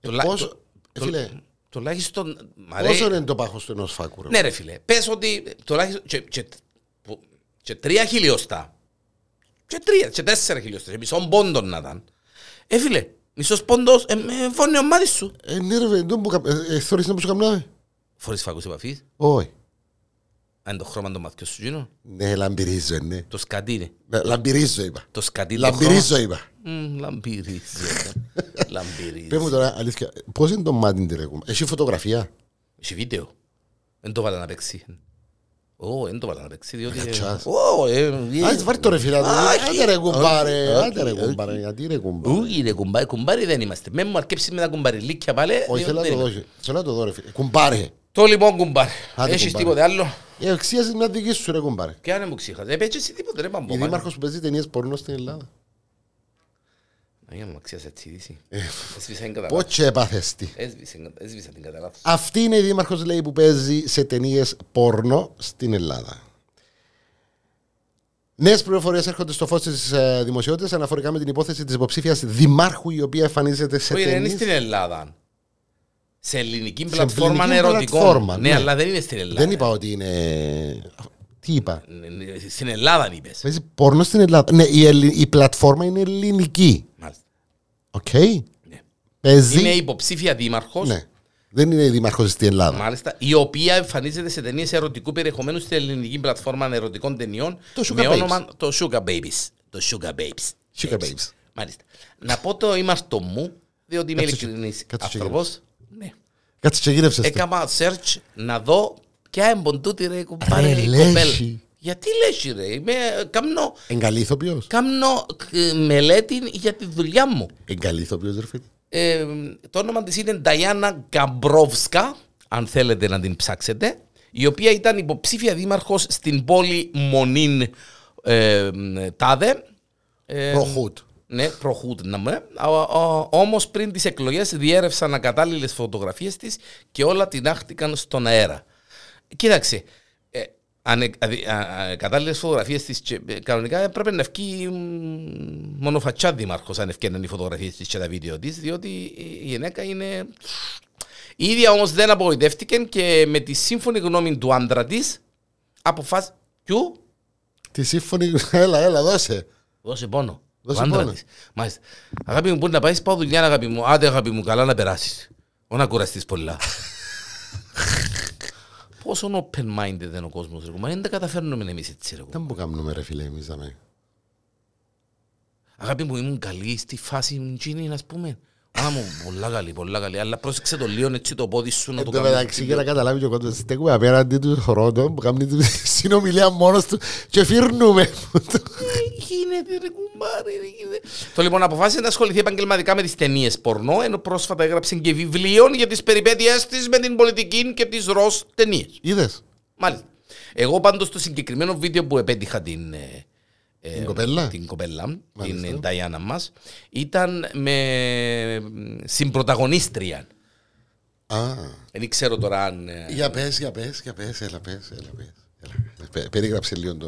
Speaker 1: Τουλά-
Speaker 2: πόσο-
Speaker 1: το-
Speaker 2: ε, φίλε,
Speaker 1: το- Τουλάχιστον, μ' αρέσει-
Speaker 2: Πόσο είναι το πάχος του ενός φάκου, ρε.
Speaker 1: Ναι, ρε φίλε, πες ότι τουλάχιστον. Και, και, που- και τρία χιλιοστά. Και τρία, και τέσσερα χιλιοστά. Και μισό πόντο να ήταν. Ε, φίλε, μισός πόντος, ε, ε, φωνεί ο μάτι σου.
Speaker 2: Ε, ναι, ρε, δεν μου κα- ε, ε, θεωρείς να μου σου καμνάει.
Speaker 1: Φορείς φακούς επαφής,
Speaker 2: Όχι.
Speaker 1: αν το χρώμα των ματιών σου γίνω.
Speaker 2: Ναι, λαμπυρίζω, ναι.
Speaker 1: Το σκατί είναι.
Speaker 2: Ε, Λαμπυρίζω, είπα.
Speaker 1: Το σκατί είναι.
Speaker 2: Λαμπυρίζω, είπα.
Speaker 1: Λαμπυρίζει.
Speaker 2: Πες μου
Speaker 1: Λαμπυρίζει.
Speaker 2: τώρα, αλήθεια, πώς είναι το μάτι της, ρε, κομμά. Έχει φωτογραφία.
Speaker 1: Έχει βίντεο. Δεν το βάλα να παίξει. Ω, δεν το βάλα να παίξει, διότι...
Speaker 2: Κατσάς.
Speaker 1: Ω, ε,
Speaker 2: Ας βάρει το ρε φίλε,
Speaker 1: όχι.
Speaker 2: άντε ρε κουμπάρε,
Speaker 1: Όχι,
Speaker 2: άντε ρε
Speaker 1: όχι.
Speaker 2: κουμπάρε, γιατί ρε κουμπάρε.
Speaker 1: Όχι ρε κουμπάρι, κουμπάρι δεν είμαστε. Μεν μου αρκέψεις με τα κουμπαριλίκια πάλι.
Speaker 2: Όχι, θέλω να
Speaker 1: δεν
Speaker 2: το δω,
Speaker 1: είμαστε.
Speaker 2: όχι. θέλω να το δω ρε φίλε. Κουμπάρε.
Speaker 1: Το λοιπόν κουμπάρι.
Speaker 2: Άντε,
Speaker 1: Έχεις
Speaker 2: κουμπάρι.
Speaker 1: τίποτε άλλο.
Speaker 2: Η αξία είναι μια δική σου ρε κουμπάρε.
Speaker 1: Και αν μου ξύχαζε. Επέτσε εσύ τίποτε ρε
Speaker 2: Η
Speaker 1: παμπό.
Speaker 2: δήμαρχος που παίζει ταινίες πορνό στην Ελλάδα.
Speaker 1: Αγία μου αξίας έτσι είδηση.
Speaker 2: Ε,
Speaker 1: Έσβησα την κατά λάθος.
Speaker 2: Πότσε έπαθες τι.
Speaker 1: Έσβησα- Έσβησα την κατά λάθος.
Speaker 2: Αυτή είναι η δήμαρχος λέει που παίζει σε ταινίες πόρνο στην Ελλάδα. Νέες πληροφορίες έρχονται στο φως της δημοσιότητας αναφορικά με την υπόθεση της υποψήφιας δημάρχου η οποία εμφανίζεται σε
Speaker 1: Όχι, ρε, είναι
Speaker 2: ταινίες.
Speaker 1: στην Ελλάδα. Σε ελληνική
Speaker 2: Σε
Speaker 1: πλατφόρμα
Speaker 2: ελληνική πλατφόρμα,
Speaker 1: ερωτικών. Ναι,
Speaker 2: ναι.
Speaker 1: αλλά δεν είναι στην Ελλάδα.
Speaker 2: Δεν είπα ότι είναι. Τι είπα.
Speaker 1: Ε, ε, Στην Ελλάδα είπες.
Speaker 2: Παίζει πόρνο στην Ελλάδα. Ναι, η, ελλη- η πλατφόρμα είναι ελληνική.
Speaker 1: Μάλιστα.
Speaker 2: Οκ.
Speaker 1: Ναι.
Speaker 2: Παίζει.
Speaker 1: Είναι υποψήφια δήμαρχος.
Speaker 2: Ναι. Δεν είναι η δήμαρχος στην Ελλάδα.
Speaker 1: Μάλιστα, η οποία εμφανίζεται σε ταινίες ερωτικού περιεχομένου στην ελληνική πλατφόρμα ερωτικών ταινιών
Speaker 2: Το Sugar
Speaker 1: με
Speaker 2: Babes.
Speaker 1: όνομα το Sugar Babies. Το Sugar Babes.
Speaker 2: Sugar Babes.
Speaker 1: Μάλιστα. Να πω το είμαστε μου, διότι είμαι
Speaker 2: Κάτσε και-
Speaker 1: ειλικρινής
Speaker 2: κάτσε και
Speaker 1: άνθρωπος. Ναι.
Speaker 2: Κάτσε και γύρευσε.
Speaker 1: Έκανα search να δω ποια εμποντούτη ρε
Speaker 2: Ρε,
Speaker 1: κουμπάρε η
Speaker 2: λέχη.
Speaker 1: κοπέλα. Γιατί λες ρε, είμαι, κάμνω,
Speaker 2: Εγκαλή ηθοποιό.
Speaker 1: κάμνω ε, μελέτη για τη δουλειά μου.
Speaker 2: Εγκαλή ηθοποιό, ρε φίλε.
Speaker 1: Ε, το όνομα της είναι Νταϊάννα Γκαμπρόβσκα, αν θέλετε να την ψάξετε, η οποία ήταν υποψήφια δήμαρχος στην πόλη Μονίν ε, Τάδε. Ε,
Speaker 2: Προχούτ.
Speaker 1: Ναι, προχούτναμε. Όμως πριν τις εκλογές διέρευσαν ακατάλληλες φωτογραφίες της και όλα τεινάχτηκαν στον αέρα. Κοίταξε. Ε, Κατάλληλες φωτογραφίες της ε, κανονικά έπρεπε να βγει μ, μόνο φατσά δήμαρχος αν ευκαιρνούν οι φωτογραφίες της και τα βίντεο της, διότι η γυναίκα είναι. Η ίδια όμως δεν απογοητεύτηκε και με τη σύμφωνη γνώμη του άντρα της αποφάσισε. Ποιου?
Speaker 2: Τη σύμφωνη. Έλα, έλα, δώσε.
Speaker 1: Δώσε πόνο.
Speaker 2: Δώσε
Speaker 1: Ο άντρα
Speaker 2: πόνο.
Speaker 1: της. Μάλιστα. Αγάπη μου, μπορεί να πάεις, πάω δουλειά, αγάπη μου. Άντε, αγάπη μου, καλά να περάσεις. Ω να κουραστείς πολλά. Πόσο open-minded είναι ο κόσμος, ρε κουμά. Δεν τα καταφέρνουμε εμείς έτσι, ρε κουμά.
Speaker 2: Δεν μου κάνουμε ρε φίλε εμείς δαμέ.
Speaker 1: Αγάπη μου, ήμουν καλή στη φάση μου, τσίνη, να πούμε. Άρα μου, πολλά καλή, πολλά καλή. Αλλά πρόσεξε το λίγο έτσι το πόδι σου να
Speaker 2: Εν
Speaker 1: το
Speaker 2: τω
Speaker 1: κάνεις.
Speaker 2: μεταξύ Ε, για να καταλάβει και ο κόσμος στέκουμε απέναντι του χρόνο που κάνει τη συνομιλία μόνος του και φύρνουμε.
Speaker 1: Τι γίνεται, ρε κουμάρε, ρε γίνεται. Το λοιπόν αποφάσισε να ασχοληθεί επαγγελματικά με τις ταινίες πορνό, ενώ πρόσφατα έγραψε και βιβλίων για τις περιπέτειές της με την πολιτική και τις ροζ ταινίες.
Speaker 2: Είδες
Speaker 1: Μάλιστα. Εγώ πάντως το συγκεκριμένο βίντεο που επέτυχα την. ε, ε,
Speaker 2: Την κοπέλα?
Speaker 1: Την κοπέλα,
Speaker 2: Μάλιστα.
Speaker 1: την Νταϊάννα μας, ήταν με συμπροταγωνίστρια.
Speaker 2: Α,
Speaker 1: Δεν ξέρω τώρα αν. ε,
Speaker 2: για πες, για πες, για πες, έλα πες, έλα πες. έλα. Πε- Περίγραψε λίγο το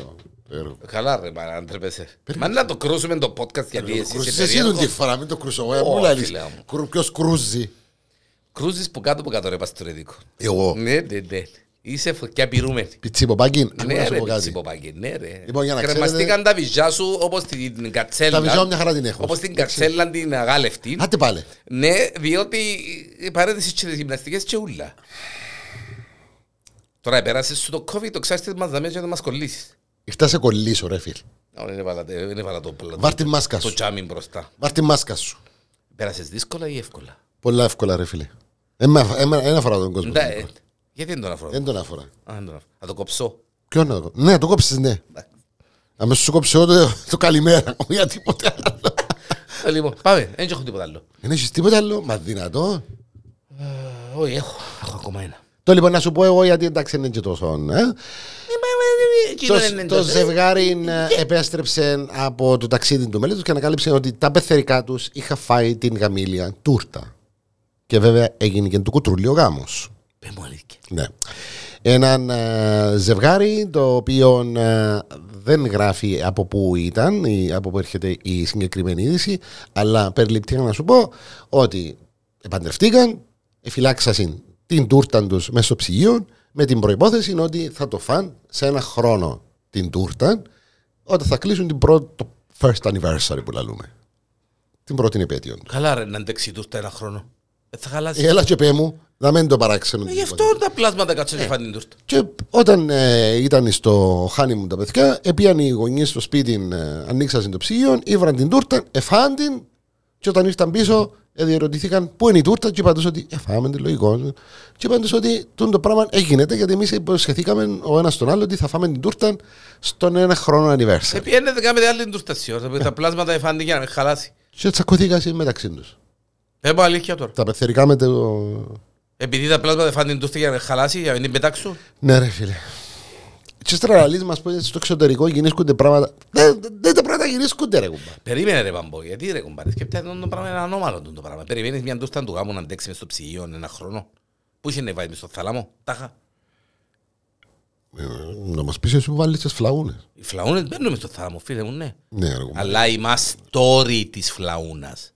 Speaker 2: το έργο.
Speaker 1: Καλά, ρε, μα αν τρέπεσαι. Μα να το κρούσουμε το podcast γιατί εσύ
Speaker 2: Κρούζεις
Speaker 1: είσαι
Speaker 2: εσύ τον τη
Speaker 1: περίεργος.
Speaker 2: φορά, μην το κρούσω. Ε,
Speaker 1: Ω,
Speaker 2: Μου λαλείς,
Speaker 1: φίλε μου.
Speaker 2: κρου- ποιος κρούζει.
Speaker 1: Κρούζεις που κάτω που κάτω, ρε, παστορετικό.
Speaker 2: Εγώ.
Speaker 1: Ναι, ναι, ναι. Είσαι φωτιά πυρούμενη.
Speaker 2: Πιτσιμποπάκι, άκου
Speaker 1: Ναι,
Speaker 2: να
Speaker 1: ρε,
Speaker 2: σου πω κάτι.
Speaker 1: Τσιποπάκη, ναι, ρε.
Speaker 2: Λοιπόν, για να
Speaker 1: Κρεμαστήκαν
Speaker 2: ξέρετε-
Speaker 1: τα βυζιά σου όπως την κατσέλα.
Speaker 2: Τα βυζιά μου μια χαρά την έχω.
Speaker 1: Όπως την κατσέλα την αγάλευτη.
Speaker 2: Άντε πάλι.
Speaker 1: Ναι, διότι παρέδεσαι και τις γυμναστικές και ούλα. Τώρα επέρασες σου το COVID, το ξάστης μας δαμές για να μας κολλήσεις.
Speaker 2: Ήρθα σε κολλήσω ρε φίλ.
Speaker 1: Ω, Δεν έβαλα- δεν έβαλα το πλατό.
Speaker 2: Βάρ τη μάσκα
Speaker 1: Το
Speaker 2: σου.
Speaker 1: τσάμι μπροστά.
Speaker 2: Βάρ τη μάσκα σου.
Speaker 1: Πέρασες δύσκολα ή εύκολα.
Speaker 2: Πολλά εύκολα ρε φίλε. Ε, με αφ- ε, με- Δεν αφορά τον κόσμο.
Speaker 1: Ναι, ε, Γιατί δεν τον αφορώ.
Speaker 2: Δεν τον αφορά.
Speaker 1: Α, δεν τον αφορώ. Θα το κοψώ.
Speaker 2: Ποιο να το κόψεις. Ναι, το κόψεις ναι.
Speaker 1: Εντάξει.
Speaker 2: Αμέσως σου κόψε ό,τι το καλημέρα. Όχι για τίποτε άλλο.
Speaker 1: Ε, Λοιπόν, πάμε. Δεν έχω τίποτα άλλο.
Speaker 2: Δεν έχεις τίποτα άλλο. Μα δυνατό.
Speaker 1: Ε, Όχι, έχω. Έχω ακόμα ένα.
Speaker 2: Το λοιπόν να σου πω εγώ γιατί εντάξει είναι και τόσο. ε.
Speaker 1: Ε, μα, μα, ε, εκείνο είναι
Speaker 2: Το, το
Speaker 1: εντός.
Speaker 2: ζευγάρι ε, επέστρεψε από το ταξίδι του μέλη τους και ανακάλυψε ότι τα πεθερικά τους είχα φάει την γαμήλια τούρτα. Και βέβαια έγινε και του κουτρούλι ο γάμος.
Speaker 1: Πες μου αλήθεια.
Speaker 2: Ναι. Έναν ε, ζευγάρι το οποίο ε, δεν γράφει από πού ήταν ή από πού έρχεται η συγκεκριμένη είδηση αλλά περιληπτικά να σου πω ότι επαντρευτήκαν, εφυλάξασαν την τούρτα τους μέσα στο ψυγείο με την προϋπόθεση ότι θα το φαν σε ένα χρόνο την τούρτα όταν θα κλείσουν την πρώτη, το first anniversary που λαλούμε. Την πρώτη επέτειο.
Speaker 1: Καλά ρε να αντέξει η τούρτα ένα χρόνο. Ε, Θα χαλάσει.
Speaker 2: Έλα και πέ μου, να μην το παράξενο.
Speaker 1: Ε, Γι' αυτό τα πλάσματα κάτσε και φάνε την τούρτα.
Speaker 2: Και όταν ε, ήταν στο honeymoon τα παιδιά, επίαν οι γονείς στο σπίτι, ε, ανοίξαν το ψυγείο, ήβραν την τούρτα, εφάν την, και όταν ήρθαν πίσω, ε, διερωτηθήκαν πού είναι η τούρτα, και είπαν τους ότι εφάμε την λογικό. Και είπαν τους ότι τούτο το πράγμα ε, γίνεται, γιατί εμείς υποσχεθήκαμε ο ένας τον άλλο ότι θα φάμε την τούρτα στον ένα χρόνο anniversary.
Speaker 1: Ε, πιένετε κάνετε άλλη τούρτα σιόρ. Τα πλάσματα φάνε για να με χαλάσει.
Speaker 2: Και τσακωθήκαν μεταξύ τους.
Speaker 1: Πες μου αλήθεια τώρα.
Speaker 2: Τα πεθερικά με το.
Speaker 1: Επειδή τα πλάσματα φάνε την τούρτα για να με χαλάσει, για να μην την πετάξω.
Speaker 2: Ναι, ρε φίλε. Τι στραγαλεί μα που στο εξωτερικό γυρίσκονται πράγματα. Δεν δεν τα πράγματα γυρίσκονται, ρε κουμπά.
Speaker 1: Περίμενε ρε παμπό, γιατί ρε κομπάρε. Σκεπτά το πράγμα είναι ανώμαλο τούτο το πράγμα. Περιμένεις μια τούρτα του γάμου να αντέξει μες στο ψυγείο ένα χρόνο. Πού είχε να βάλει μες στο θάλαμο, τάχα.
Speaker 2: Ε, Να μας πεις εσύ που βάλεις τις φλαούνες.
Speaker 1: Οι φλαούνες μπαίνουν μες στο θάλαμο, φίλε μου, ναι.
Speaker 2: Ναι, ρε κουμπάρε.
Speaker 1: Αλλά η μαστόρη της φλαούνας.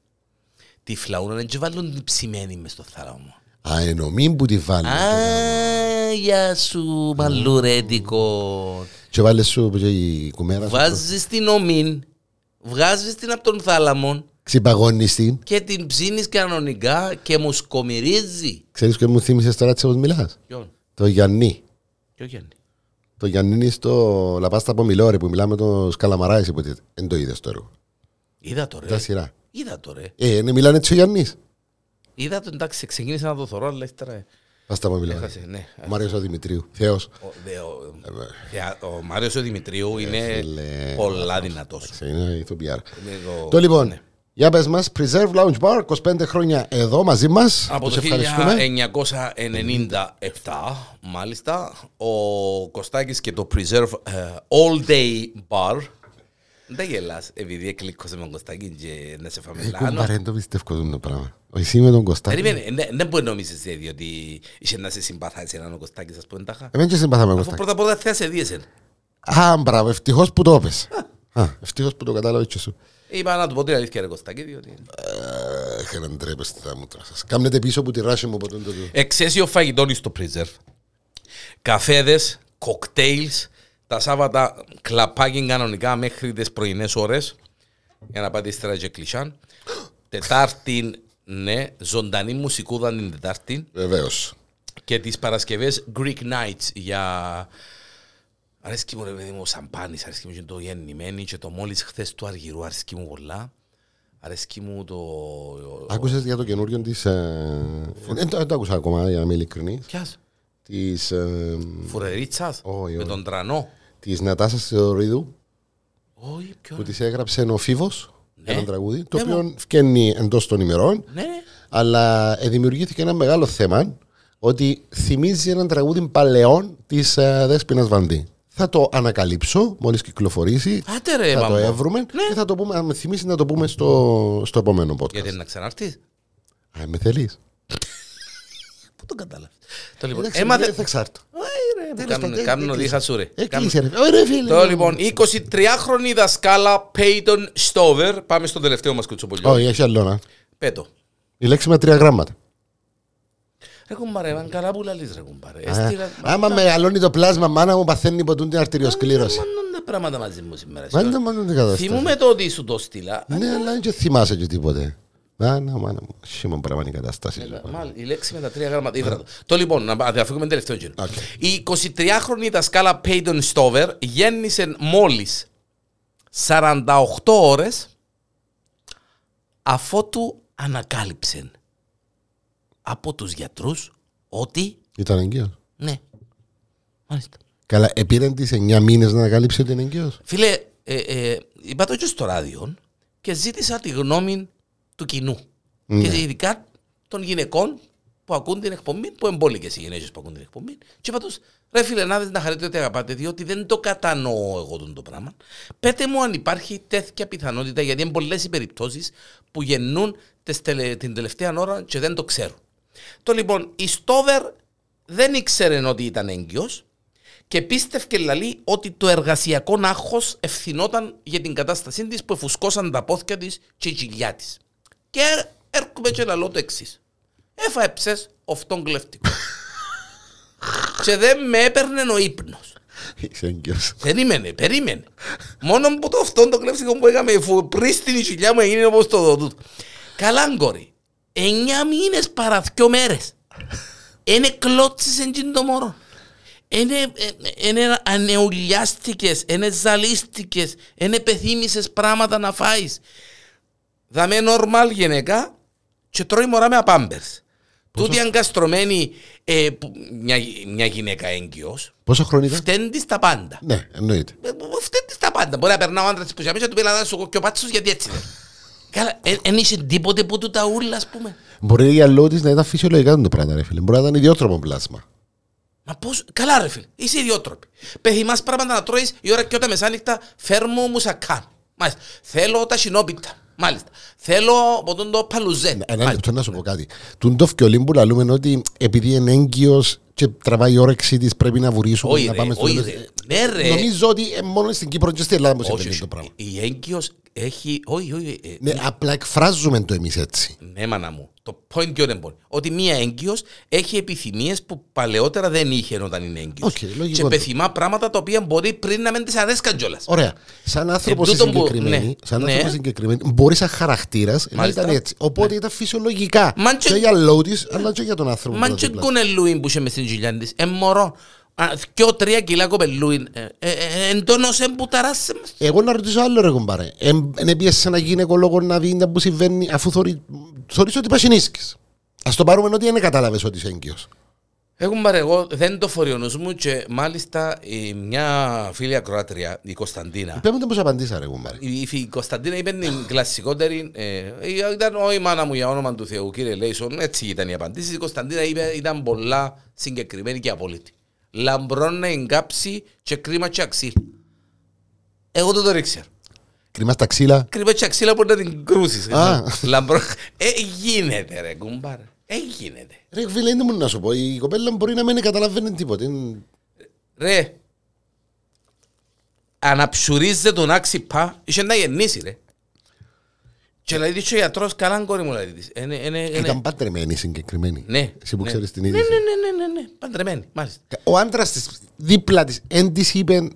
Speaker 1: Της φλαούνας δεν της βάλουν την ψημένη μες στο θάλαμο.
Speaker 2: Α, ενώ μην που τη βάλει.
Speaker 1: Α, γεια σου μαλλουρέτικο.
Speaker 2: Και βάλε σου που και η κουμέρα. σου,
Speaker 1: Βάζεις την ομίν, βγάζεις την από τον θάλαμο
Speaker 2: Ξυπαγώνεις την.
Speaker 1: και την ψήνεις κανονικά και μου σκομυρίζει.
Speaker 2: Ξέρεις και μου θύμισες τώρα τι όπως μιλάς.
Speaker 1: Ποιον,
Speaker 2: Το Γιάννη.
Speaker 1: ποιο Γιάννη.
Speaker 2: Το Γιάννη είναι στο Λαπάστα από Μιλόρη που μιλάμε το Σκαλαμαράης υποτίθεται. Εν το είδες το έργο.
Speaker 1: Είδα το ρε.
Speaker 2: Τα σειρά.
Speaker 1: Είδα το ρε.
Speaker 2: Ε, ναι, μιλάνε έτσι ο Γιάννης.
Speaker 1: Είδα το εντάξει, ξεκίνησα να το θωρώ, αλλά ύστερα ε,
Speaker 2: Πάστα από Μιλόρη.
Speaker 1: έχασε, ναι.
Speaker 2: Ο Μάριος ο Δημητρίου. Θεός.
Speaker 1: Ο, δε, ο, θεα- ο Μάριος ο Δημητρίου είναι
Speaker 2: φίλε.
Speaker 1: πολλά δυνατός.
Speaker 2: Εντάξει, Είναι ηθοποιάρα.
Speaker 1: Είναι το-
Speaker 2: Το λοιπόν,
Speaker 1: ναι.
Speaker 2: για πες μας, Preserve Lounge Bar, 25 χρόνια εδώ μαζί μας.
Speaker 1: Από
Speaker 2: Τους
Speaker 1: το
Speaker 2: ευχαριστούμε.
Speaker 1: 1997, μάλιστα, ο Κωστάκης και το Preserve ε, All Day Bar Δεν γελάς, επειδή εκλίκωσε με τον Κωστάκη και να σε φάμε λάνο.
Speaker 2: Κουμπάρε, δεν το πιστεύω αυτό το πράγμα. Εσύ με τον Κωστάκη.
Speaker 1: Περίμενε, ναι- δεν μπορεί να νομίζεις ε, διότι είσαι να σε συμπαθάσει έναν ο Κωστάκης, ας πούμε, τάχα.
Speaker 2: Εμένα και συμπαθάμε τον
Speaker 1: Αφού
Speaker 2: Κωστάκη.
Speaker 1: πρώτα απ' όλα θα σε δίεσαι.
Speaker 2: Α, μπράβο, ευτυχώς που το έπες. Α, ευτυχώς που το κατάλαβες και σου.
Speaker 1: Είπα να του πω την αλήθεια ρε Κωστάκη, διότι...
Speaker 2: Ε, Έχε να ντρέπεστε τα μούτρα σας. Κάμνετε πίσω από τη ράση μου από τον τότε.
Speaker 1: Εξαίσιο φαγητόν στο Preserve. Καφέδες, κοκτέιλς, τα Σάββατα κλαπάκι κανονικά μέχρι τις πρωινές ώρες. Για να πάτε ύστερα και κλεισάν. Τετάρτη, ναι, ζωντανή μουσικούδα την Τετάρτη.
Speaker 2: Βεβαίως.
Speaker 1: Και τις Παρασκευές Greek Nights για... Αρέσκει μου ρε παιδί μου ο Σαμπάνης, αρέσκει μου και το γεννημένη και το μόλις χθες του Αργυρού, αρέσκει μου πολλά. Αρέσκει μου το...
Speaker 2: Άκουσες για το καινούριο της... ε, Δεν το- δεν το άκουσα ακόμα, για να είμαι ειλικρινής.
Speaker 1: Ποιας?
Speaker 2: Της... ε,
Speaker 1: Φουρερίτσας,
Speaker 2: Όχι,
Speaker 1: με
Speaker 2: όχι.
Speaker 1: τον Τρανό.
Speaker 2: Της Νατάσας Θεοδωρίδου.
Speaker 1: Όχι, ποιο
Speaker 2: που της έγραψε ο Φίβος,
Speaker 1: Ναι.
Speaker 2: ένα τραγούδι, το
Speaker 1: Ναι,
Speaker 2: οποίο βγαίνει εντός των ημερών,
Speaker 1: Ναι, ναι.
Speaker 2: αλλά ε, δημιουργήθηκε ένα μεγάλο θέμα ότι θυμίζει ένα τραγούδι παλαιών τη Δέσπινα Βαντή. Θα το ανακαλύψω μόλις κυκλοφορήσει.
Speaker 1: Άντε ρε,
Speaker 2: θα το
Speaker 1: μαμό.
Speaker 2: έβρουμε και θα το πούμε, αν με θυμίσει να το πούμε στο, στο επόμενο podcast.
Speaker 1: Γιατί να ξανάρθεις.
Speaker 2: Α, με θέλεις.
Speaker 1: Πού το κατάλαβες. Το λοιπόν,
Speaker 2: Εντάξει,
Speaker 1: έμαθε...
Speaker 2: δεν θα ξάρτω.
Speaker 1: Ε, ρε,
Speaker 2: Τέλος
Speaker 1: κάμνω-
Speaker 2: πάντων,
Speaker 1: Κάμνω
Speaker 2: έκλεισε.
Speaker 1: δίχα σου ρε. Κάμνω-
Speaker 2: Έκλεισε, ρε. Ωραία, φίλε.
Speaker 1: Το λοιπόν, 23χρονη δασκάλα Peyton Stover. Πάμε στο τελευταίο μας κουτσοπολιό.
Speaker 2: Όχι, έχει άλλο να.
Speaker 1: Πέτο.
Speaker 2: Η λέξη με τρία γράμματα.
Speaker 1: Ρε κουμπάρε, μαν καλά που λαλείς Ε, ρε κουμπάρε.
Speaker 2: Α,
Speaker 1: Έστειλα...
Speaker 2: Άμα μεγαλώνει το πλάσμα, μάνα μου παθαίνει ποτούν την αρτηριοσκλήρωση.
Speaker 1: Μόνο τα πράγματα μαζί μου σήμερα.
Speaker 2: Μα είναι το μόνο την κατάσταση.
Speaker 1: Θυμούμε το ότι σου το στείλα.
Speaker 2: Ναι, αλλά δεν και θυμάσαι και τίποτε. Να, να, μάνα μου. Σήμα πράγμα είναι η κατάσταση. λοιπόν.
Speaker 1: Μάλ, η λέξη με τα τρία γράμματα. Ήβρα το. Το λοιπόν, να πα- διαφύγουμε τελευταίο γύρο. Η 23χρονη δασκάλα Peyton Stover γέννησε μόλις 48 ώρε αφότου ανακάλυψε από τους γιατρούς ότι
Speaker 2: Ήταν εγκαίος.
Speaker 1: ναι. Μάλιστα.
Speaker 2: Καλά, επήραν τις 9 μήνες να ανακαλύψει ότι είναι εγκαίος.
Speaker 1: Φίλε, ε, ε, είπα το και στο ράδιο και ζήτησα τη γνώμη του κοινού.
Speaker 2: Ναι.
Speaker 1: Και ειδικά των γυναικών που ακούν την εκπομπή, που εμπόλικες οι γυναίκες που ακούν την εκπομπή. Και είπα τους, ρε φίλε, να δεις να χαρείτε ότι αγαπάτε, διότι δεν το κατανοώ εγώ τον το πράγμα. Πέτε μου αν υπάρχει τέτοια πιθανότητα, γιατί είναι πολλές οι περιπτώσεις που γεννούν τες τελε- την τελευταία ώρα και δεν το ξέρουν. Το λοιπόν, η Στόβερ δεν ήξερε ότι ήταν έγκυος και πίστευκε λαλή ότι το εργασιακό άγχος ευθυνόταν για την κατάστασή της που εφουσκώσαν τα πόθια της και η κοιλιά της. Και έρχομαι και λαλό το εξής. Έφαεψες οφτόν κλέφτικο. και δεν με έπαιρνε ο ύπνος.
Speaker 2: Είσαι εγκαίος.
Speaker 1: Περίμενε, περίμενε. Μόνο που το αυτόν το κλέψιμο που έκαμε φου- πριν στην κοιλιά μου έγινε όπως το δοτούτο. Καλά, κόρη. Εννιά μήνες παρά δυο μέρες. Ένε κλώτσες εν τζιν το μωρό. Ένε, ε- ένε ανεουλιάστηκες, ένε ζαλίστηκες, ένε πεθύμησες πράγματα να φάεις. Δαμέ νορμάλ γενικά και τρώει μωρά με απάμπερς. Τούτη αγκαστρωμένη ε, που- μια, γυ- μια γυναίκα έγκυος,
Speaker 2: Πόσο χρόνο ήταν.
Speaker 1: φταίνει τα πάντα.
Speaker 2: Ναι, εννοείται.
Speaker 1: Ε, μου Φταίτε τα πάντα. Μπορεί να περνά ο άντρας που είσαι και του πει να σου και ο πάτσος γιατί έτσι είναι. Καλά, δεν είσαι τίποτε που του τα ούλα, ας πούμε.
Speaker 2: Μπορεί για λόγω της να ήταν φυσιολογικά το πράγμα, ρε φίλε. Μπορεί να ήταν ιδιότροπο πλάσμα.
Speaker 1: Μα πώς, καλά ρε φίλε, είσαι ιδιότροπη. Πεθυμάς πράγματα να τρώεις η ώρα και όταν μεσάνυχτα φέρμω μουσακάν. Μάλιστα. Θέλω τα σινόπιτα. Μάλιστα. Θέλω από τον το παλουζέν.
Speaker 2: Ένα λεπτό ναι, να σου πω κάτι. Τον το φκιολί που λαλούμε ότι επειδή είναι έγκυος και τραβάει η όρεξή της πρέπει να βουρήσουμε
Speaker 1: Όχι
Speaker 2: ναι, να
Speaker 1: ρε,
Speaker 2: πάμε στο
Speaker 1: όχι
Speaker 2: τέλος.
Speaker 1: ρε. Ναι ρε.
Speaker 2: Νομίζω ότι ε, μόνο στην Κύπρο και στην Ελλάδα που
Speaker 1: Όχι,
Speaker 2: συμβαίνει
Speaker 1: όχι.
Speaker 2: το πράγμα.
Speaker 1: Η έγκυος έχει... Όχι, όχι. ε,
Speaker 2: Ναι, απλά εκφράζουμε το εμείς έτσι.
Speaker 1: Ναι, μάνα μου. Το point ποιο είναι μπορεί. Ότι μία έγκυος έχει επιθυμίες που παλαιότερα δεν είχε όταν είναι έγκυος.
Speaker 2: Οκ, λογικό
Speaker 1: και
Speaker 2: το.
Speaker 1: επιθυμά πράγματα τα οποία μπορεί πριν να μην τη αρέσκαν κιόλας.
Speaker 2: Ωραία. Σαν άνθρωπο
Speaker 1: τούτον Ε, που-
Speaker 2: συγκεκριμένη,
Speaker 1: ναι.
Speaker 2: σαν
Speaker 1: Ναι.
Speaker 2: άνθρωπος συγκεκριμένη, μπορείς σαν χαρακτήρας να
Speaker 1: Μάλιστα. Ναι.
Speaker 2: ήταν έτσι. Οπότε ήταν φυσιολογικά.
Speaker 1: Μα και-
Speaker 2: Και για λόγω τη, αλλά και για τον άνθρωπο.
Speaker 1: Μα
Speaker 2: που
Speaker 1: και
Speaker 2: ήταν
Speaker 1: κουνελούιν που είχε μες στην κοιλιά της. Ε, μωρό. Δυο-τρία κιλά κοπελούιν. Ε, ε, ε, Εντόνωσε που ταράσε μας.
Speaker 2: δίπλα. Εγώ να ρωτήσω άλλο ρε κομπάρε. Δεν πιέσαι σε ένα γυναικολόγο να δει τα που συμβαίνει αφού θεωρεί ότι πασινίσκει. Ας το πάρουμε ότι δεν κατάλαβε ότι είσαι έγκυος.
Speaker 1: Έχουν πάρει εγώ, δεν το φοριονούς μου και μάλιστα η- μια φίλη ακροάτρια, η Κωνσταντίνα,
Speaker 2: Πέμε το πώ απαντήσα, ρε κομπάρε.
Speaker 1: Η, η- η Κωνσταντίνα είπε την κλασικότερη. Ε, ε, ήταν «Ω, η μάνα μου για όνομα του Θεού, κύριε Λέισον. Έτσι ήταν η απαντήση. Η Κωνσταντίνα είπε, ήταν πολλά συγκεκριμένη και απόλυτη. Λαμπρό να εγκάψει και κρίμα και αξίλ. Εγώ δεν το ρίξα.
Speaker 2: Κρυμά στα ξύλα.
Speaker 1: Κρυβά και αξίλα μπορεί να την κρούσεις.
Speaker 2: Α.
Speaker 1: Λαμπρό. Ε, γίνεται ρε κουμπάρ. Ε, γίνεται.
Speaker 2: Ρε φίλε, δεν μου να σου πω. Η κοπέλα μου μπορεί να μην καταλαβαίνει τίποτα. Είναι-
Speaker 1: Ρε. Αναψουρίζε τον άξιπα. Είχε να γεννήσει ρε. Και λέει της ο γιατρός καλά κόρη μου λέει της. Ε, ναι, ε, ναι, ε, ναι.
Speaker 2: Ήταν παντρεμένη συγκεκριμένη.
Speaker 1: Ναι.
Speaker 2: Εσύ που
Speaker 1: ναι.
Speaker 2: ξέρεις την
Speaker 1: Ναι,
Speaker 2: είδηση.
Speaker 1: ναι, ναι, ναι, ναι, ναι. Παντρεμένη, μάλιστα.
Speaker 2: Ο άντρας της δίπλα της εν της είπε.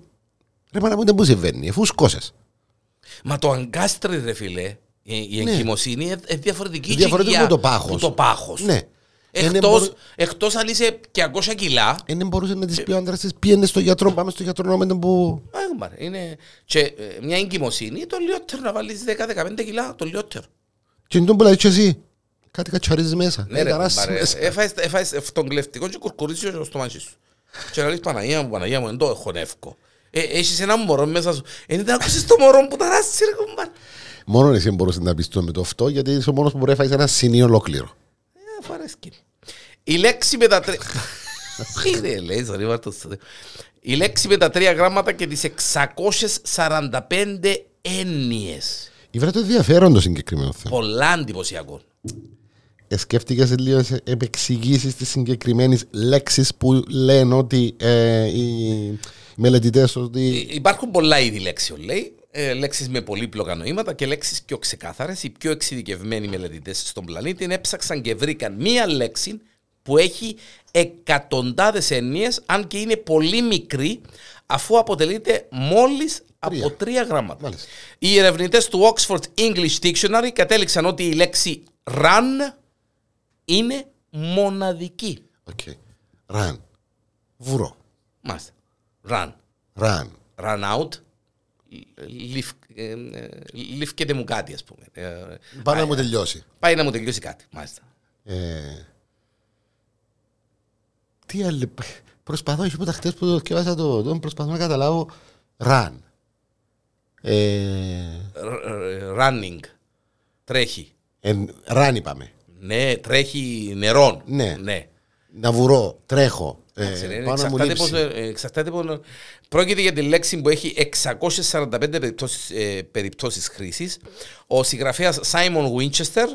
Speaker 2: Ρε μάνα μου, δεν μου συμβαίνει. Εφού σκόσες.
Speaker 1: Μα το αγκάστρι, ρε φίλε, η, η
Speaker 2: Ναι.
Speaker 1: εγκυμοσύνη είναι ε, διαφορετική.
Speaker 2: Διαφορετικό
Speaker 1: και
Speaker 2: με το
Speaker 1: για-
Speaker 2: πάχος.
Speaker 1: που Το πάχος.
Speaker 2: Ναι. Εν
Speaker 1: Εκτός,
Speaker 2: εμπορ-
Speaker 1: εκτός αν είσαι 200 κιλά,
Speaker 2: Εν ε, δεν μπορούσε να τη πει ο άντρας τη, πήγαινε στο γιατρό, πάμε στο γιατρό με τον που.
Speaker 1: άγμα, ε, είναι και ε, μια εγκυμοσύνη, το λιότερο να βάλεις 10-15 κιλά, το λιότερο.
Speaker 2: Και είναι τον που λέει «Και εσύ. Κάτι κατσαρίζεις μέσα. Ε,
Speaker 1: Ναι ρε,
Speaker 2: ταράσσεις
Speaker 1: κουμπάρε,
Speaker 2: μέσα.
Speaker 1: έφαγες- έφαγες φτωγκλευτικό και κουρκουρίσιο στο μάτσι σου. Και να λες Παναγία μου, Παναγία μου, δεν το έχω νεύκο. Ε, έχεις ένα μωρό μέσα σου. Ε, δεν άκουσες το μωρό που ταράσσει ρε κουμπάρ.
Speaker 2: Μόνο εσύ μπορούσες να πεις το με το αυτό, γιατί είσαι ο μόνος που μπορεί να φάει ένα σινί ολόκληρο.
Speaker 1: Ε, φαρέσκει. Η λέξη με τα τρία... Είναι, λέει, sorry, βάρτος. Η λέξη με τα τρία γράμματα και τις 645 έννοιες.
Speaker 2: Ήβρα το ενδιαφέρον το συγκεκριμένο θέμα.
Speaker 1: Πολλά εντυπωσιακό.
Speaker 2: Ε, Σκέφτηκες λίγο να σε επεξηγήσεις τις συγκεκριμένες λέξεις που λένε ότι ε, οι μελετητές ότι...
Speaker 1: Υ- Υπάρχουν πολλά είδη λέξεων, λέει. Ε, λέξεις με πολύπλοκα νοήματα και λέξεις πιο ξεκάθαρες. Οι πιο εξειδικευμένοι μελετητές στον πλανήτη έψαξαν και βρήκαν μία λέξη που έχει εκατοντάδες έννοιες, αν και είναι πολύ μικρή, αφού αποτελείται μόλις από
Speaker 2: Τρία.
Speaker 1: τρία γράμματα.
Speaker 2: Μάλιστα.
Speaker 1: Οι ερευνητές του Oxford English Dictionary κατέληξαν ότι η λέξη run είναι μοναδική.
Speaker 2: Οκ. Ραν. Βουρό.
Speaker 1: Μάλιστα. Run.
Speaker 2: Ραν.
Speaker 1: run out, λιφ- ε, ε, λιφκέται μου κάτι, ας πούμε. Ε,
Speaker 2: Πάμε να
Speaker 1: πάει-
Speaker 2: μου τελειώσει.
Speaker 1: Πάει να μου τελειώσει κάτι, μάλιστα.
Speaker 2: Ε, τι άλλη... Προσπαθώ, έχει τα χτες που το διαβάσα το, το προσπαθώ να καταλάβω. Ραν. Ε,
Speaker 1: Ρ- ε, Running. Τρέχει.
Speaker 2: εν- ραν είπαμε.
Speaker 1: Ναι, τρέχει νερό.
Speaker 2: Ναι. Να βουρώ, τρέχω.
Speaker 1: Ξέρετε,
Speaker 2: Ε, πάνω να μου
Speaker 1: εξαρτάται πώς,
Speaker 2: λείψει.
Speaker 1: ε, εξαρτάται πώς- Πρόκειται για τη λέξη που έχει 645 περιπτώσεις, ε, περιπτώσεις χρήσης. Ο συγγραφέας Σάιμον Winchester,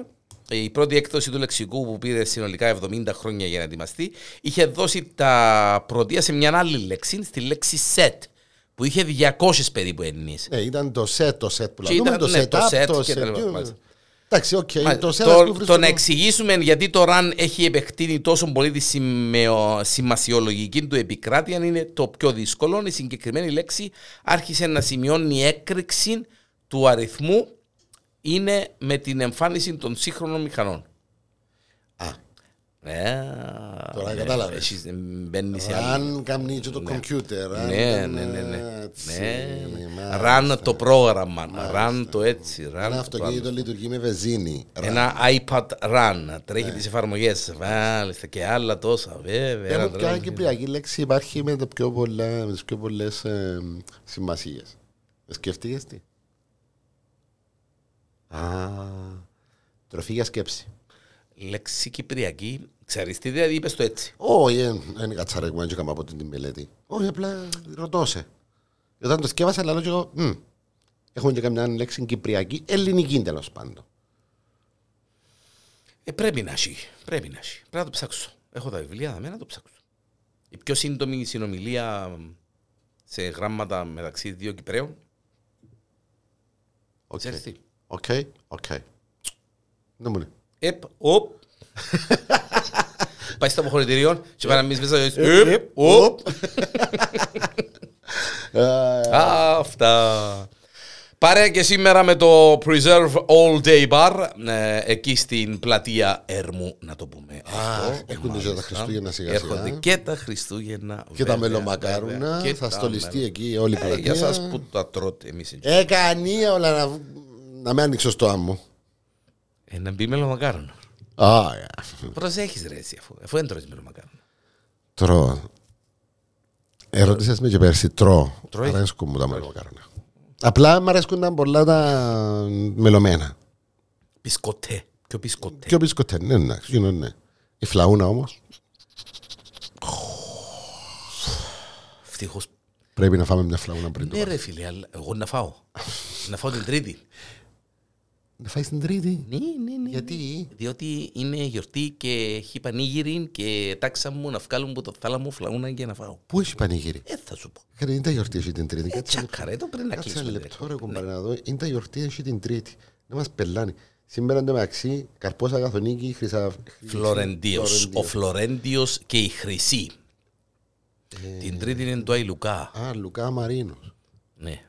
Speaker 1: η πρώτη έκδοση του λεξικού που πήρε συνολικά 70 χρόνια για να ετοιμαστεί, είχε δώσει τα πρωτεία σε μια άλλη λέξη, στη λέξη set, που είχε 200 περίπου έννοιες.
Speaker 2: Ναι, ήταν το set, το set που
Speaker 1: Και
Speaker 2: λέμε.
Speaker 1: ήταν,
Speaker 2: Το
Speaker 1: ναι,
Speaker 2: set,
Speaker 1: το
Speaker 2: up,
Speaker 1: set
Speaker 2: το
Speaker 1: και τα λοιπά, μάλιστα.
Speaker 2: set. Εντάξει, οκ.
Speaker 1: Μα,
Speaker 2: Ε, Το set
Speaker 1: το- το
Speaker 2: που
Speaker 1: να
Speaker 2: βρίσκουμε.
Speaker 1: εξηγήσουμε γιατί το RAN έχει επεκτείνει τόσο πολύ τη σημαιο- σημασιολογική του επικράτεια είναι το πιο δύσκολο. Η συγκεκριμένη λέξη άρχισε να σημειώνει έκρηξη του αριθμού είναι με την εμφάνιση των σύγχρονων μηχανών.
Speaker 2: Α,
Speaker 1: Ε,
Speaker 2: Τώρα
Speaker 1: ε,
Speaker 2: κατάλαβες.
Speaker 1: έχεις- μπαίνεις σε άλλη.
Speaker 2: Αν κάνει και το κομπιούτερ. αν
Speaker 1: Ναι,
Speaker 2: ήταν, ε,
Speaker 1: ναι, ναι, ναι.
Speaker 2: έτσι,
Speaker 1: Ναι.
Speaker 2: μάλιστα.
Speaker 1: Ραν το πρόγραμμα, ραν το έτσι, ραν
Speaker 2: Ένα
Speaker 1: το άλλο.
Speaker 2: αυτοκίνητο λειτουργεί με βενζίνη.
Speaker 1: Ένα iPad Run.
Speaker 2: Ναι.
Speaker 1: Τρέχει τις εφαρμογές. Μάλιστα και άλλα τόσα, βέβαια.
Speaker 2: Έχουμε
Speaker 1: Ένα
Speaker 2: πια
Speaker 1: τρέχει.
Speaker 2: κυπριακή λέξη υπάρχει με τα πιο πολλά- με τις πιο πολλές ε, σημασίες. Σκεφτείγες τι. Α, τροφή για σκέψη.
Speaker 1: Λέξη Κυπριακή. Ξέρεις τι δηλαδή είπες το έτσι.
Speaker 2: Όχι, ε, δεν κατσαρέ που έκανα από την μελέτη. Όχι, απλά ρωτώ σε. Όταν το σκέφασα, λέω και εγώ, «Μμ, έχουμε και καμιά λέξη κυπριακή, ελληνική τέλος πάντων.
Speaker 1: Ε, πρέπει να έχει. Πρέπει να έχει. Πρέπει να το ψάξω. Έχω τα βιβλία δαμένα, να το ψάξω. Η πιο σύντομη συνομιλία σε γράμματα μεταξύ δύο Κυπραίων.
Speaker 2: Οκ,
Speaker 1: Ξέρεις τι.
Speaker 2: οκ, οκ. Δεν μου λέει.
Speaker 1: Επ, οπ. Πάει στο αποχωρητήριο και πάει να μείνεις μέσα. και λες, Επ, οπ.
Speaker 2: Ε,
Speaker 1: Αυτά. Παρέα και σήμερα με το Preserve All Day Bar ε, εκεί στην πλατεία Ερμού, να το πούμε. αυτό,
Speaker 2: έρχονται
Speaker 1: μάλιστα.
Speaker 2: και ε, τα Χριστούγεννα σιγά-σιγά.
Speaker 1: Έρχονται και τα Χριστούγεννα.
Speaker 2: ε, Και τα
Speaker 1: βέβαια,
Speaker 2: μελομακάρουνα,
Speaker 1: βέβαια, και
Speaker 2: θα
Speaker 1: τα
Speaker 2: στολιστεί
Speaker 1: μελο-
Speaker 2: εκεί όλη η
Speaker 1: Ε, για
Speaker 2: πλατεία.
Speaker 1: σας που τα τρώτε εμείς. έτσι.
Speaker 2: Ε, κανεί όλα να, β- να με άνοιξες στο άμμο.
Speaker 1: Ε, να μπει μελομακάρονο.
Speaker 2: Α, ε,
Speaker 1: Προσέχεις ρε εσύ αφού, αφού δεν τρώεις μελομακάρονο.
Speaker 2: τρώω. Ερώτησες με και πέρσι, τρώω.
Speaker 1: Τρώεις.
Speaker 2: Αρέσκουν μου τα μελομακάρονα. Απλά μου αρέσκουν τα πολλά τα μελωμένα.
Speaker 1: Ναι. Πισκοτέ. Πιο πισκοτέ.
Speaker 2: Πιο μπισκοτέ, ναι, ναι, γίνω, ναι. Η φλαούνα όμως,
Speaker 1: Ευτυχώς.
Speaker 2: πρέπει να φάμε μια φλαούνα πριν το
Speaker 1: Ναι ρε φίλε, αλλά εγώ να φάω. Να φάω την Τρίτη.
Speaker 2: Να φάεις την Τρίτη.
Speaker 1: Ναι, ναι, ναι.
Speaker 2: Γιατί?
Speaker 1: Διότι είναι γιορτή και έχει πανήγυρι και τάξα μου να βγάλουν από το θάλαμο φλαούνα και να φάω.
Speaker 2: Πού έχει πανηγύρι.
Speaker 1: Ε, θα σου πω.
Speaker 2: Ρε, είναι τα γιορτή εσύ την Τρίτη.
Speaker 1: Ε,
Speaker 2: Κάτσε λίγο.
Speaker 1: τσακαρέ, το πρέπει να
Speaker 2: Κάτσε ένα
Speaker 1: κλείσουμε.
Speaker 2: λεπτό ρε κουμπάρε να δω. Είναι τα γιορτή εσύ την Τρίτη. Δεν μας πελάνει. Σήμερα εν τω μεταξύ, καρπός Αγαθονίκη, χρυσα...
Speaker 1: Φλωρεντίος. Ο Φλωρέντιος και η Χρυσή.
Speaker 2: Ε,
Speaker 1: Την τρίτη είναι το Αϊλουκά.
Speaker 2: Α, Λουκά Μαρίνος.
Speaker 1: Ναι.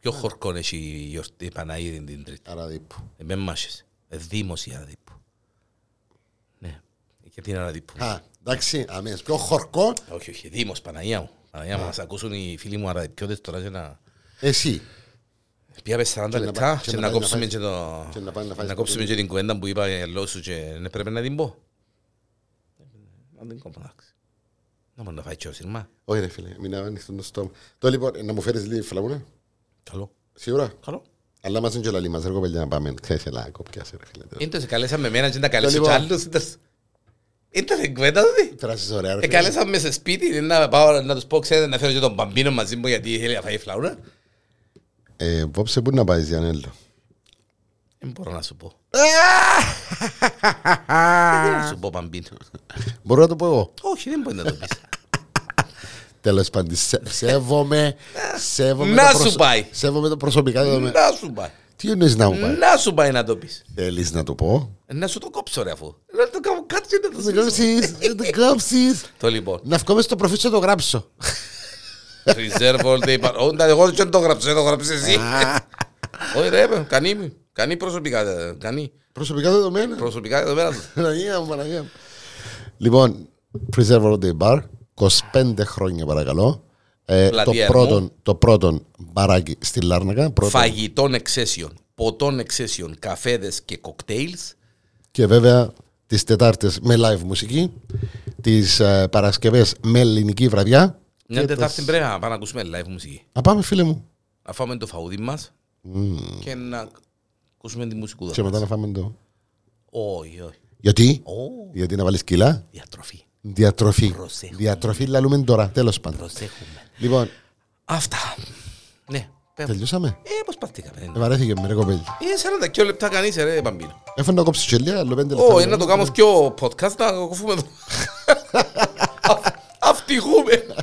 Speaker 1: Ποιο χορκόν έχει η γιορτή Παναγίδη την τρίτη.
Speaker 2: Αραδίπου.
Speaker 1: Ε, με μάσες. Ε, Δήμος η Αναδίπου. Ναι. Και την Αναδίπου.
Speaker 2: Α, εντάξει, αμέσως. Πιο χορκό,
Speaker 1: Όχι, όχι. Δήμος, Παναγία μου. Παναγία μου, να μας ακούσουν οι φίλοι μου Αναδιπιώτες τώρα και να...
Speaker 2: εσύ.
Speaker 1: Πήγαμε 40
Speaker 2: να
Speaker 1: λεπτά
Speaker 2: πά- και
Speaker 1: και
Speaker 2: να
Speaker 1: να
Speaker 2: πάει να
Speaker 1: κόψουμε
Speaker 2: φας-
Speaker 1: και το...
Speaker 2: και να πάει να φας
Speaker 1: Να κόψουμε
Speaker 2: ποτήρι.
Speaker 1: και την κουβέντα που είπα για λόγους σου και δεν πρέπει να την πω. Να την κόμπω, εντάξει. Να μπορεί να φάει και ο Συρμά.
Speaker 2: Όχι ρε φίλε, μην ανοιχτούν το στόμα. Τώρα λοιπόν, να μου φέρεις λίγο φλαμούνα,
Speaker 1: Καλό.
Speaker 2: σίγουρα.
Speaker 1: Καλό.
Speaker 2: Αλλά μας είναι και λαλή μας, ρε κοπέλια να πάμε. Ξέρεις, ελά, κοπιάσε ρε φίλε.
Speaker 1: Είναι το σε καλέσαμε εμένα και να καλέσω
Speaker 2: Λοιπόν.
Speaker 1: κι άλλους. Ήταν- Ήταν την κουβέντα του.
Speaker 2: Πέρασεις ωραία ρε
Speaker 1: Ε,
Speaker 2: φίλε.
Speaker 1: καλέσαμε σε σπίτι είναι να πάω να τους πω, ξέρετε, να φέρω και τον Μπαμπίνο μαζί μου γιατί θέλει να φάει φλαούρα.
Speaker 2: Ε, Βόψε, πού να πάεις, Διανέλο.
Speaker 1: Δεν μπορώ να σου πω. Δεν μπορώ να σου πω, Μπαμπίνο.
Speaker 2: Μπορώ να το πω εγώ.
Speaker 1: Όχι, δεν μπορεί να το πεις.
Speaker 2: Τέλος πάντων, σε- σέβομαι, σέβομαι,
Speaker 1: Να
Speaker 2: τα
Speaker 1: σου πάει.
Speaker 2: σέβομαι τα προσωπικά δεδομένα.
Speaker 1: Να σου πάει.
Speaker 2: Τι εννοείς να μου πάει.
Speaker 1: Να σου πάει να το πεις.
Speaker 2: Θέλεις να το πω.
Speaker 1: Να σου το κόψω ρε αφού. Να το κάνω κάτι και να το
Speaker 2: Να το
Speaker 1: σβήσω.
Speaker 2: κόψεις, να το κόψεις.
Speaker 1: Το λοιπόν.
Speaker 2: Να βγούμε στο προφίλ σου να το γράψω.
Speaker 1: Reserve all day. bar. Όντα, εγώ δεν το γράψα, δεν το γράψες εσύ. Όχι ρε, παι, κανεί μου. Κανεί προσωπικά, ε, κανεί.
Speaker 2: Προσωπικά δεδομένα.
Speaker 1: Προσωπικά εδώ πέρα.
Speaker 2: Παναγία μου, Παναγία μου. Λοιπόν, Preserve All Day Bar, 25 χρόνια παρακαλώ. Ε, το,
Speaker 1: Πλατεία
Speaker 2: πρώτον, το πρώτον μπαράκι στη Λάρνακα. πρώτον.
Speaker 1: Φαγητών εξαίσεων, ποτών εξαίσεων, καφέδες και κοκτέιλς.
Speaker 2: Και βέβαια τις Τετάρτες με live μουσική. Τις ε, Παρασκευές με ελληνική βραδιά.
Speaker 1: Μια
Speaker 2: Και
Speaker 1: Τετάρτη πρέπει να πάμε να ακούσουμε live μουσική.
Speaker 2: Να πάμε φίλε μου.
Speaker 1: Να φάμε το φαουδί μας
Speaker 2: Μμμ.
Speaker 1: και να ακούσουμε τη μουσικούδα.
Speaker 2: Και μετά να φάμε το.
Speaker 1: Όχι, όχι.
Speaker 2: Γιατί,
Speaker 1: Ω,
Speaker 2: γιατί να βάλεις κιλά.
Speaker 1: Διατροφή.
Speaker 2: Διατροφή.
Speaker 1: Προσέχουμε.
Speaker 2: Διατροφή λαλούμε τώρα, τέλος πάντων.
Speaker 1: Προσέχουμε.
Speaker 2: Λοιπόν,
Speaker 1: Αυτά. Ναι. πέμπω.
Speaker 2: τελειώσαμε.
Speaker 1: Ε, προσπαθήκαμε.
Speaker 2: Ε, Βαρέθηκε με ρε κοπέλι.
Speaker 1: Ε, 42 λεπτά κανείς ρε Παμπίνο.
Speaker 2: Έφερε να κόψεις τσελιά, αλλά πέντε λεπτά.
Speaker 1: Όχι, να το κάνω πιο podcast, να κοφούμε εδώ. Αυτιγούμε.